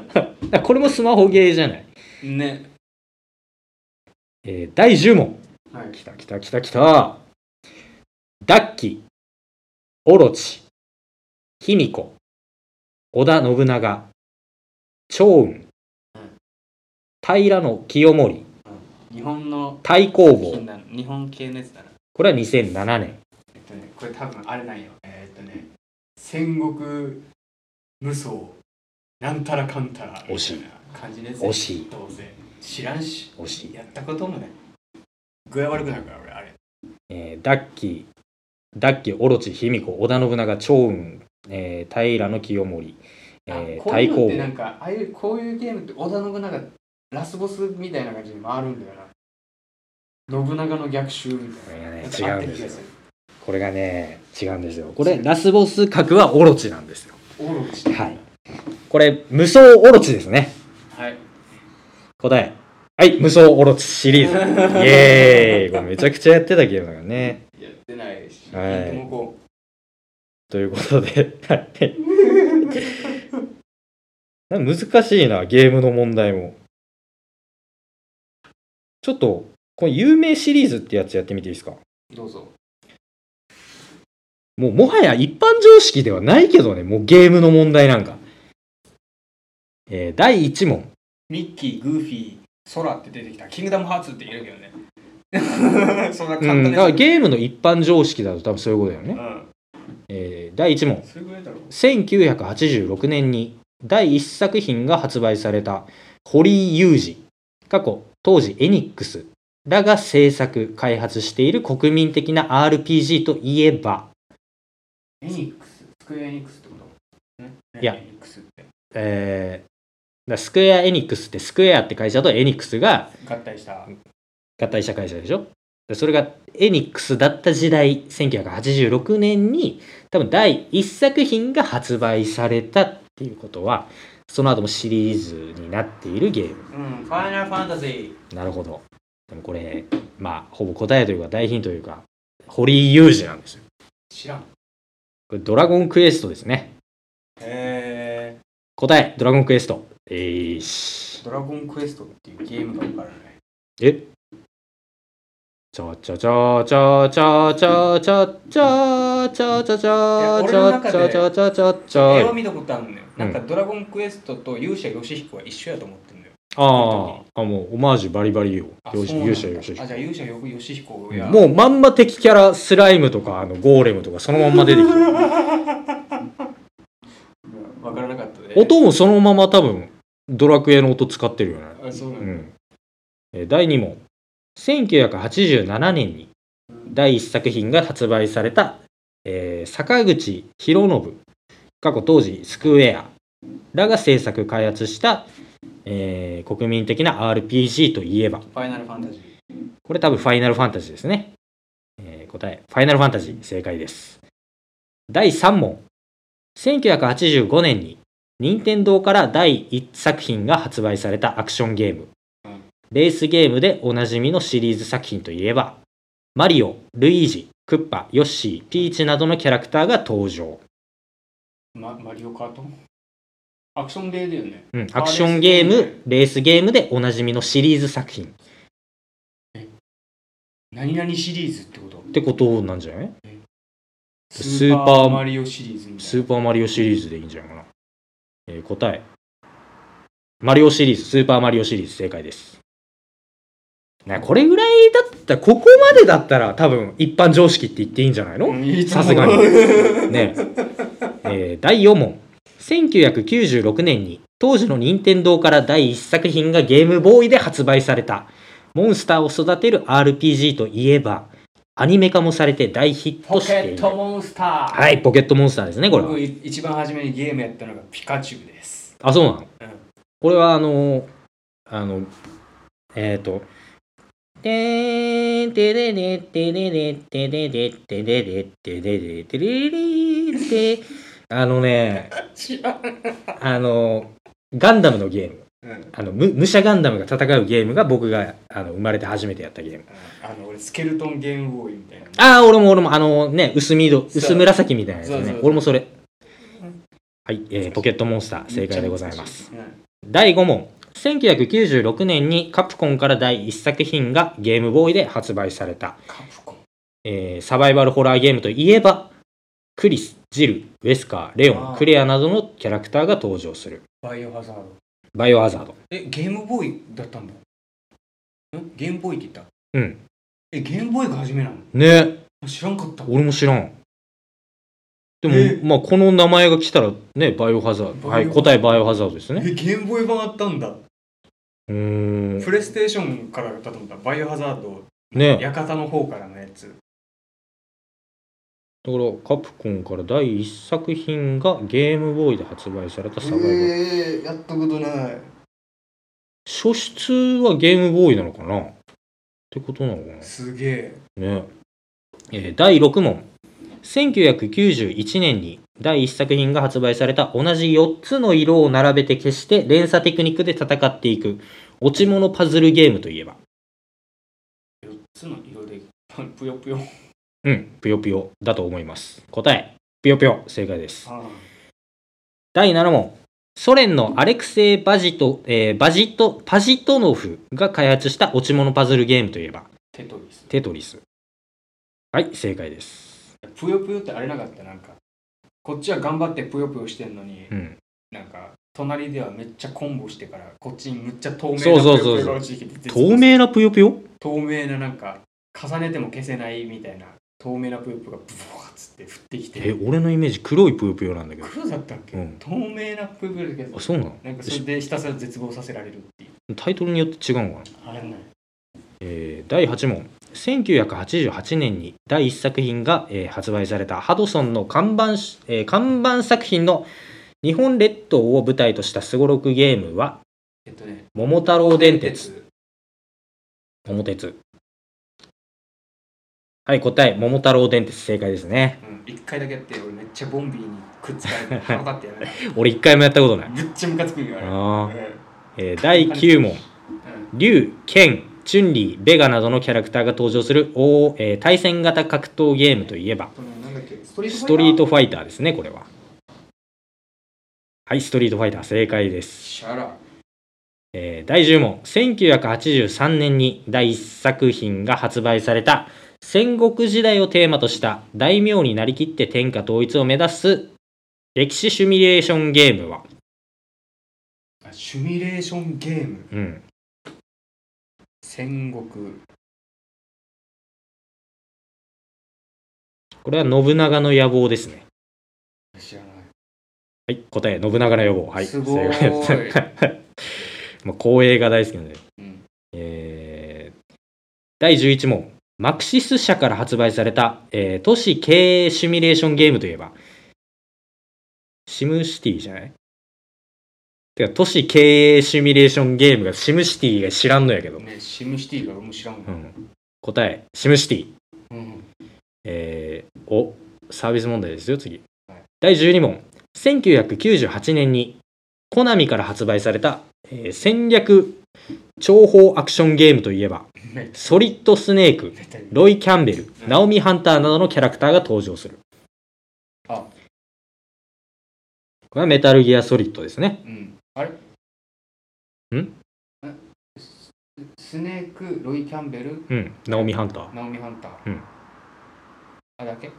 S1: らこれもスマホゲーじゃない。
S2: ね
S1: えー第10問。
S2: はい
S1: きたきたきたきた。ダッキ、オロチ、卑弥呼、織田信長、趙雲、平の清盛、
S2: 日本の
S1: 太公
S2: 金
S1: 望。
S2: なの日本系のやつだな
S1: これは2007年。
S2: えっとねこれ多分あれなんよえーっとね戦国無双なんたらかんたら
S1: 惜しい
S2: みたな感じです
S1: 惜しい
S2: どうせ知らんし
S1: 惜しい。
S2: やったこともない具合悪くなるから俺あれ
S1: えーダッキ、ダッキ、オロチ、卑弥呼、織田信長、趙雲、えー平の清盛、え
S2: あ
S1: ー
S2: こうい
S1: 太
S2: うのっ
S1: 公
S2: てな
S1: 望
S2: ん。かああいうこういうゲームって織田信長ラスボスみたいな感じに回るんだよな信長の逆襲み
S1: こ
S2: たい
S1: れ
S2: な
S1: がね
S2: やつ
S1: 違
S2: あ
S1: う
S2: った
S1: ん
S2: 気が
S1: ですよ
S2: す。
S1: これがね違うんですよこれラスボス格はオロチなんですよ
S2: るオロチだ
S1: はいこれ無双オロチですね
S2: はい
S1: 答えはい無双オロチ
S2: <laughs>
S1: シリーズイエーイこれめちゃくちゃやってたゲームだからね
S2: やってないし、
S1: はい
S2: 聞いてもこう
S1: ということではい <laughs> 難しいなゲームの問題もちょっとこの有名シリーズってやつやってみていいですか
S2: どうぞ
S1: もうもはや一般常識ではないけどね、もうゲームの問題なんか。えー第1問。
S2: ミッキー、グーフィー、ソラって出てきた。キングダムハーツって言えるけどね。 <laughs> そんな簡
S1: う
S2: 単
S1: ん、
S2: な
S1: だからゲームの一般常識だと多分そういうことだよね。
S2: う
S1: えー第1問
S2: ん。。それぐらいだろう。
S1: 1986年に第1作品が発売された堀井雄二過去当時エニックスらが制作開発している国民的な RPG といえば、
S2: エニックス、スクエアエニックスってことね
S1: いや
S2: エニックスって
S1: えーだスクエア・エニックスってスクエアって会社とエニックスが
S2: 合体した。
S1: 合体した会社でしょでそれがエニックスだった時代1986年に多分第1作品が発売されたっていうことはその後もシリーズになっているゲーム
S2: うん、ファイナルファンタジー。
S1: なるほど。でもこれ、まあ、ほぼ答えというか、大ヒントというか、堀井雄二なんですよ。
S2: 知らん。
S1: これ、ドラゴンクエストですね。
S2: へえ
S1: 答え、ドラゴンクエスト。えーし。
S2: ドラゴンクエストっていうゲームがわからない。
S1: えちょちょちょちょちょちょちょちょちょちょちょちょちょちょちょちょちょち
S2: 絵を
S1: ょ
S2: 見たことあるんだよ。なんかドラゴンクエストと勇者ヨシヒコは一緒やと思ってんだよ。
S1: あーあ、もうオマージュバリバリよ。よし、
S2: そうなんだ
S1: 勇者よし
S2: あ、。じゃあ勇者よヨシヒコや。 <laughs>
S1: もうまんま敵キャラ、スライムとか、あの、ゴーレムとか、そのまんま出てきてる。
S2: うんわからなかったで。
S1: 音もそのまま多分、ドラクエの音使ってるよね。
S2: あ、そうなん
S1: う
S2: だ。
S1: んえー第2問1987年に第1作品が発売された、えー坂口博信過去当時スクエアらが制作開発した、えー国民的な RPG といえば
S2: ファイナルファンタジー。
S1: これ多分ファイナルファンタジーですね、えー答えファイナルファンタジー正解です第3問1985年に任天堂から第1作品が発売されたアクションゲーム
S2: うん
S1: レースゲームでおなじみのシリーズ作品といえばマリオ、ルイージ、クッパ、ヨッシー、ピーチなどのキャラクターが登場、
S2: ま、マリオカートアクションゲーだよね。
S1: うん、アクションゲーム、レースゲームでおなじみのシリーズ作品っ
S2: 何々シリーズってこと
S1: てことなんじゃない
S2: ス
S1: ス
S2: ー
S1: ー
S2: パ
S1: パ
S2: ー
S1: ー
S2: マリオシリーズみた
S1: ス
S2: い
S1: ーパーマリオシリーズでいいんじゃないかな、えー答えマリオシリーズスーパーマリオシリーズ正解ですなこれぐらいだったらここまでだったら多分一般常識って言っていいんじゃないの、
S2: な。
S1: さすがに
S2: いつも
S1: ねえー第4問1996年に当時の任天堂から第1作品がゲームボーイで発売されたモンスターを育てる RPG といえばアニメ化もされて大ヒッ
S2: ポ
S1: ト
S2: ケ
S1: してい
S2: ッ
S1: る
S2: トモンスター。
S1: はいポケットモンスターですねこれは
S2: 僕い一番初めにゲームやったのがピカチュウです。
S1: あそうなの
S2: うん
S1: これはあのーあのえっ、ー、と「てーんてれれてれれてれれてれれてれれてれれて」あのね
S2: 知らん。
S1: あのガンダムのゲーム
S2: うん
S1: あのむ武者ガンダムが戦うゲームが僕があの生まれて初めてやったゲーム
S2: あの俺スケルトンゲームボーイみたいな。
S1: ああ俺も俺もあのね薄緑
S2: そう
S1: 薄紫みたいなやつ
S2: そうそう
S1: ね
S2: そう
S1: 俺もそれはい、えーポケットモンスター正解でございます
S2: うん。
S1: 第5問1996年にカプコンから第1作品がゲームボーイで発売された、
S2: カプコン。
S1: えーサバイバルホラーゲームといえばクリスジルウェスカーレオ
S2: あ
S1: ン
S2: ー
S1: クレアなどのキャラクターが登場する
S2: バイオハザード。
S1: バイオハザード
S2: え、ゲームボーイだったんだ。んゲームボーイって言った
S1: うん
S2: え、ゲームボーイが初めなの
S1: ね
S2: 知らんかった。
S1: 俺も知らんでも、
S2: え
S1: まあこの名前が来たらねバイオハザードは
S2: バイオハザー
S1: い
S2: ド
S1: 答えバイオハザードですね
S2: え、ゲームボーイ版あったんだ。
S1: うーん
S2: プレイステーションからだと思ったバイオハザード、
S1: ね
S2: 館の方からのやつ。
S1: だからカプコンから第1作品がゲームボーイで発売されたサバイバル、
S2: ええやったことない。
S1: 初出はゲームボーイなのかなってことなのかな
S2: すげえ。
S1: ねえー第6問1991年に第1作品が発売された同じ4つの色を並べて消して連鎖テクニックで戦っていく落ち物パズルゲームといえば
S2: 4つの色で、ぷよぷよ。
S1: うんぷよぷよだと思います答えぷよぷよ正解です
S2: あ
S1: 第7問ソ連のアレクセイ・バジト、えーバジト、パジトノフが開発した落ち物パズルゲームといえば
S2: テトリス。
S1: テトリス。はい、正解です。
S2: ぷよぷよってあれなかったなんかこっちは頑張ってぷよぷよしてんのに、
S1: うん、
S2: なんか隣ではめっちゃコンボしてからこっちにむっちゃ透明な
S1: そうそうそ
S2: ぷよ
S1: うそう
S2: ぷよが落ちてきて
S1: 透明なぷよぷよ
S2: 透明ななんか重ねても消せないみたいな透明なぷよぷよがブワーッつって降ってき
S1: え
S2: て
S1: 俺のイメージ黒いぷよぷよなんだけど
S2: 黒だったっけ、
S1: うん
S2: 透明なぷよぷよだけど
S1: あそうなの
S2: なんかそれでひたすら絶望させられるっていう
S1: タイトルによって違うのかな
S2: あれない
S1: えー第8問1988年に第1作品が、えー発売されたハドソンの看板,、えー看板作品の日本列島を舞台としたすごろくゲームは
S2: えっとね
S1: 「桃太郎電鉄」「桃鉄」はい答え「桃太郎電鉄」正解ですね
S2: うん一回だけやって俺めっちゃボンビーにくっつか
S1: <laughs>
S2: れて腹立ってやる
S1: 俺一回もやったことない
S2: めっちゃムカつくんよあれ
S1: あー、
S2: うん
S1: えー第9問
S2: うん
S1: 竜、剣、チュンリー、ベガなどのキャラクターが登場する、おえー対戦型格闘ゲームといえば
S2: そのなんだっけストリート
S1: ストリート
S2: ファイ
S1: ファイターですね、これは。はい、ストリートファイター、正解で
S2: ター
S1: す。
S2: シャラ
S1: えー第10問、1983年に第1作品が発売された、戦国時代をテーマとした大名になりきって天下統一を目指す歴史シミュレーションゲームは、
S2: あシュミュレーションゲーム
S1: うん、
S2: 戦国
S1: これは信長の野望ですね。
S2: 知らな
S1: はい、答え、信長の野望。はい、
S2: いすごー
S1: 正解です
S2: い、
S1: まあ、光栄が大好きなので、
S2: うん
S1: えー第11問マクシス社から発売された、えー都市経営シミュレーションゲームといえばシムシティじゃないてか都市経営シミュレーションゲームがシムシティが知らんのやけど、
S2: ね、シムシティが俺も知らん
S1: う
S2: わ、
S1: ん、答えシムシティ
S2: うん、
S1: えーおサービス問題ですよ次、
S2: はい
S1: 第12問1998年にコナミから発売された、えー戦略情報アクションゲームとい
S2: <laughs>
S1: えば
S2: めっち
S1: ソリッドスネーク
S2: ゃ絶対
S1: ロイ・キャンベル
S2: うん
S1: ナオミ・ハンターなどのキャラクターが登場する
S2: あ
S1: これはメタルギアソリッドですね
S2: うんあれ
S1: ん
S2: えススネークロイ・キャンベル
S1: うんナオミ・ハンター
S2: ナオミ・ハンター。
S1: うん
S2: あ、だけ、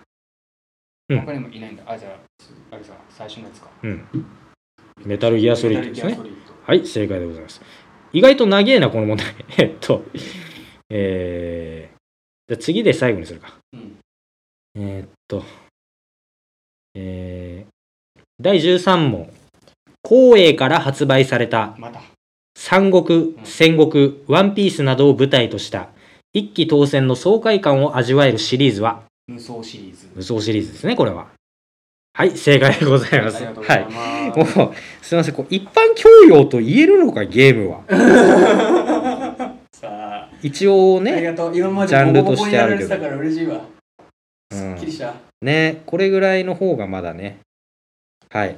S1: うん
S2: 他にもいないんだ。あ、じゃあ、あれさ、最初のやつか。
S1: うんメタルギアソリッドですね
S2: メタルギアソリッド
S1: はい、正解でございます。意外と長えな、この問題。 <laughs> えっと、えー、じゃあ次で最後にするか。
S2: うん
S1: えーっと、えー、第13問。光栄から発売された
S2: また。
S1: 三国
S2: う、ん
S1: 戦国、ワンピースなどを舞台とした一騎当選の爽快感を味わえるシリーズは、
S2: 無双シリーズ。
S1: 無双シリーズですね、これは。はい、正解でござい
S2: あ
S1: ま
S2: り
S1: す。
S2: がとうご
S1: は
S2: ざ
S1: い
S2: い。ます。
S1: もうすいません、こう一般教養と言えるのか、ゲームは。
S2: <laughs>
S1: <laughs>
S2: さあ、
S1: 一応
S2: あり
S1: ね、
S2: がとう。今ま
S1: ジャ
S2: で
S1: ン
S2: ボコ
S1: ルと
S2: ボコ
S1: し
S2: に
S1: てあ
S2: やら
S1: る
S2: れて
S1: け
S2: た
S1: ど
S2: から嬉しいわ。
S1: う
S2: すっきり
S1: ん、
S2: した。
S1: ねこれぐらいの方がまだねはいっ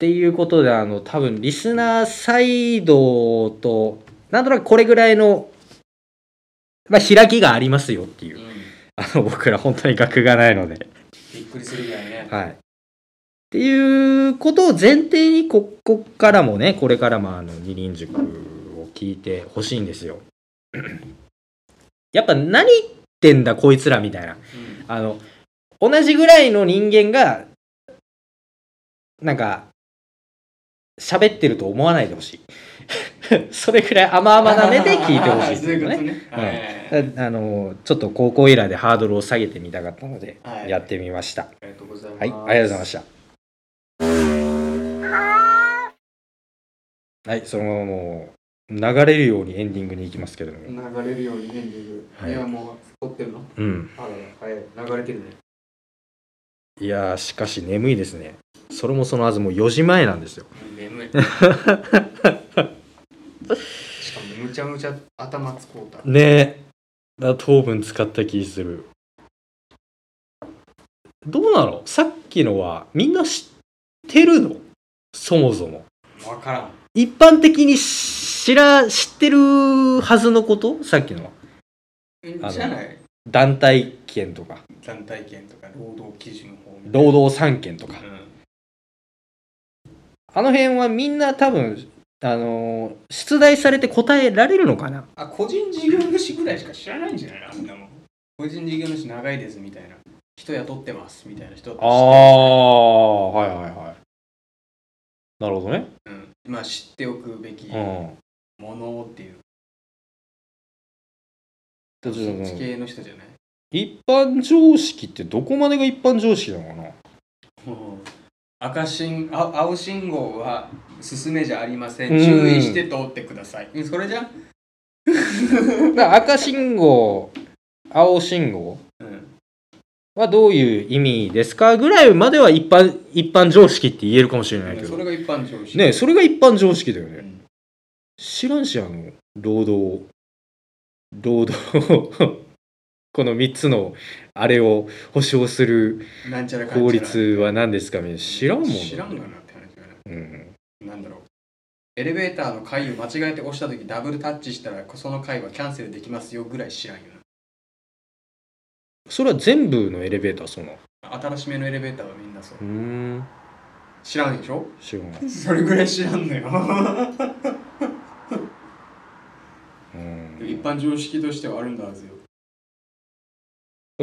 S1: ていうことであの多分リスナーサイドとなんとなくこれぐらいの、まあ、開きがありますよっていううんあの僕ら本当に額がないので
S2: びっくりするぐらいね。
S1: はいっていうことを前提にここからもねこれからもあの二輪塾を聞いてほしいんですよやっぱ何言ってんだこいつらみたいな
S2: うん
S1: あの同じぐらいの人間がなんか喋ってると思わないでほしい <laughs> それくらい甘々な目で聞いてほしいって
S2: そう
S1: い
S2: い
S1: うか
S2: うこと
S1: <laughs> ね
S2: ね。
S1: うん
S2: はい
S1: あのちょっと高校以来でハードルを下げてみたかったので
S2: はい
S1: やってみました、
S2: ありがとうございます。
S1: はい、ありがとうございました。はい、そのままもう流れるようにエンディングに行きますけれども、
S2: 流れるようにね、リ
S1: はい
S2: いや、もう、撮ってるの
S1: うん、
S2: あらら、はい、流れてるね。
S1: いやーしかし眠いですね。それもそのはずもう4時前なんですよ。
S2: 眠い。しかも、むちゃむちゃ頭つこうた。
S1: ねえ、だ糖分使った気する。どうなの？さっきのはみんな知ってるの？そもそも。
S2: わからん。
S1: 一般的に知ら知ってるはずのことさっきのはの
S2: じゃない
S1: 団体権とか
S2: 団体権とか労働基準法みたい
S1: 労働三権とか
S2: な。
S1: あの辺はみんな多分あのー出題されて答えられるのかな
S2: あ、個人事業主ぐらいしか知らないんじゃないのあんなもん。個人事業主長いですみたいな。人雇ってますみたいな人だった
S1: あ
S2: りして
S1: あはいはいはいなるほどね
S2: うん、まあ知っておくべき
S1: う
S2: も
S1: ん
S2: のっていう、
S1: だってその
S2: そっち系の人じゃない、
S1: 一般常識ってどこまでが一般常識なのかな
S2: うん赤信あ青信号は進めじゃありません
S1: うん
S2: 注意して通ってください、うん、それじゃん、
S1: <laughs> だから赤信号青信号
S2: うん、
S1: はどういう意味ですかぐらいまでは一般一般常識って言えるかもしれないけ
S2: そ
S1: ど
S2: れが一般常識
S1: ねえそれが一般常識だよ
S2: う
S1: ね
S2: ん
S1: 知らんしあの労働労働を <laughs> この3つのあれを保障する
S2: なんちゃらかんちゃら
S1: 法律は何ですかみたいな知らんもんね
S2: 知らんがなって話だよね
S1: うん
S2: なんだろうエレベーターの階を間違えて押した時ダブルタッチしたらその階はキャンセルできますよぐらい知らんよ
S1: それは全部のエレベーターそうなの
S2: な新しめのエレベーターはみんなそう
S1: うーん
S2: 知らんでしょ
S1: 知らない
S2: それぐらい知らんの <laughs> よ
S1: うん
S2: 一般常識としてはあるんだはずよ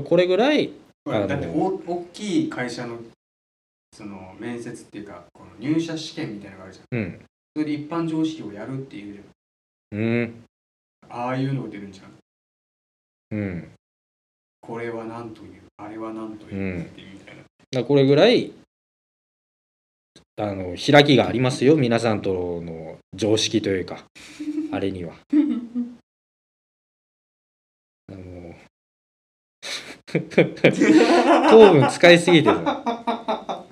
S1: これぐらい
S2: これ
S1: あの
S2: だってお大きい会社のその面接っていうかこの入社試験みたいなのがあるじゃん
S1: うん
S2: それで一般常識をやるっていうじ
S1: うん
S2: ゃんああいうのが出るんじゃん
S1: うんだ
S2: これは何というあれは何というっていうみたいな、
S1: からこれぐらいあの開きがありますよ皆さんとの常識というかあれにはあの糖分使いすぎてる今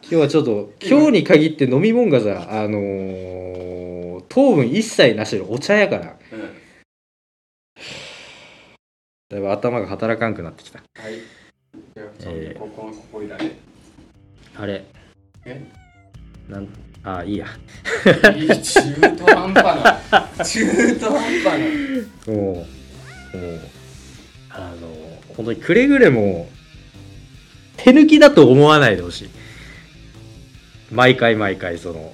S1: 日はちょっと今日に限って飲み物がさあのー糖分一切なしのお茶やから
S2: うんは
S1: だいぶ頭が働かんくなってきた
S2: いじゃあそんで
S1: えー
S2: ここここいられ
S1: あれ
S2: え
S1: なんあいいや
S2: いい中途半端な中途半端な
S1: もうもうあの本当にくれぐれも手抜きだと思わないでほしい毎回毎回その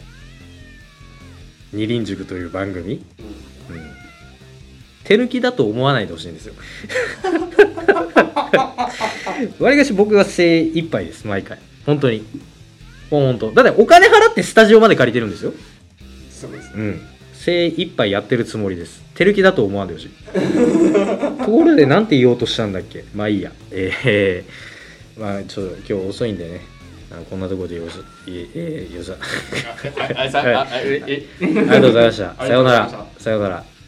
S1: 二輪塾という番組、うん、手抜きだと思わないでほしいん <laughs> ですよわりかし僕が精一杯です毎回本当にもう本当だってお金払ってスタジオまで借りてるんですよ
S2: そうです
S1: うん、精一杯やってるつもりです。手抜きだと思わんでほしい。 <laughs> ところで、なんて言おうとしたんだっけまあいいや。えー、まあちょっと今日遅いんでね、あのこんなところでよろし、ええーよろし、 <laughs>
S2: あああさ
S1: はい
S2: ああええ
S1: ありがとうございました。
S2: あ
S1: さ
S2: りがとうご
S1: ような
S2: ざいました
S1: ら。さようなら。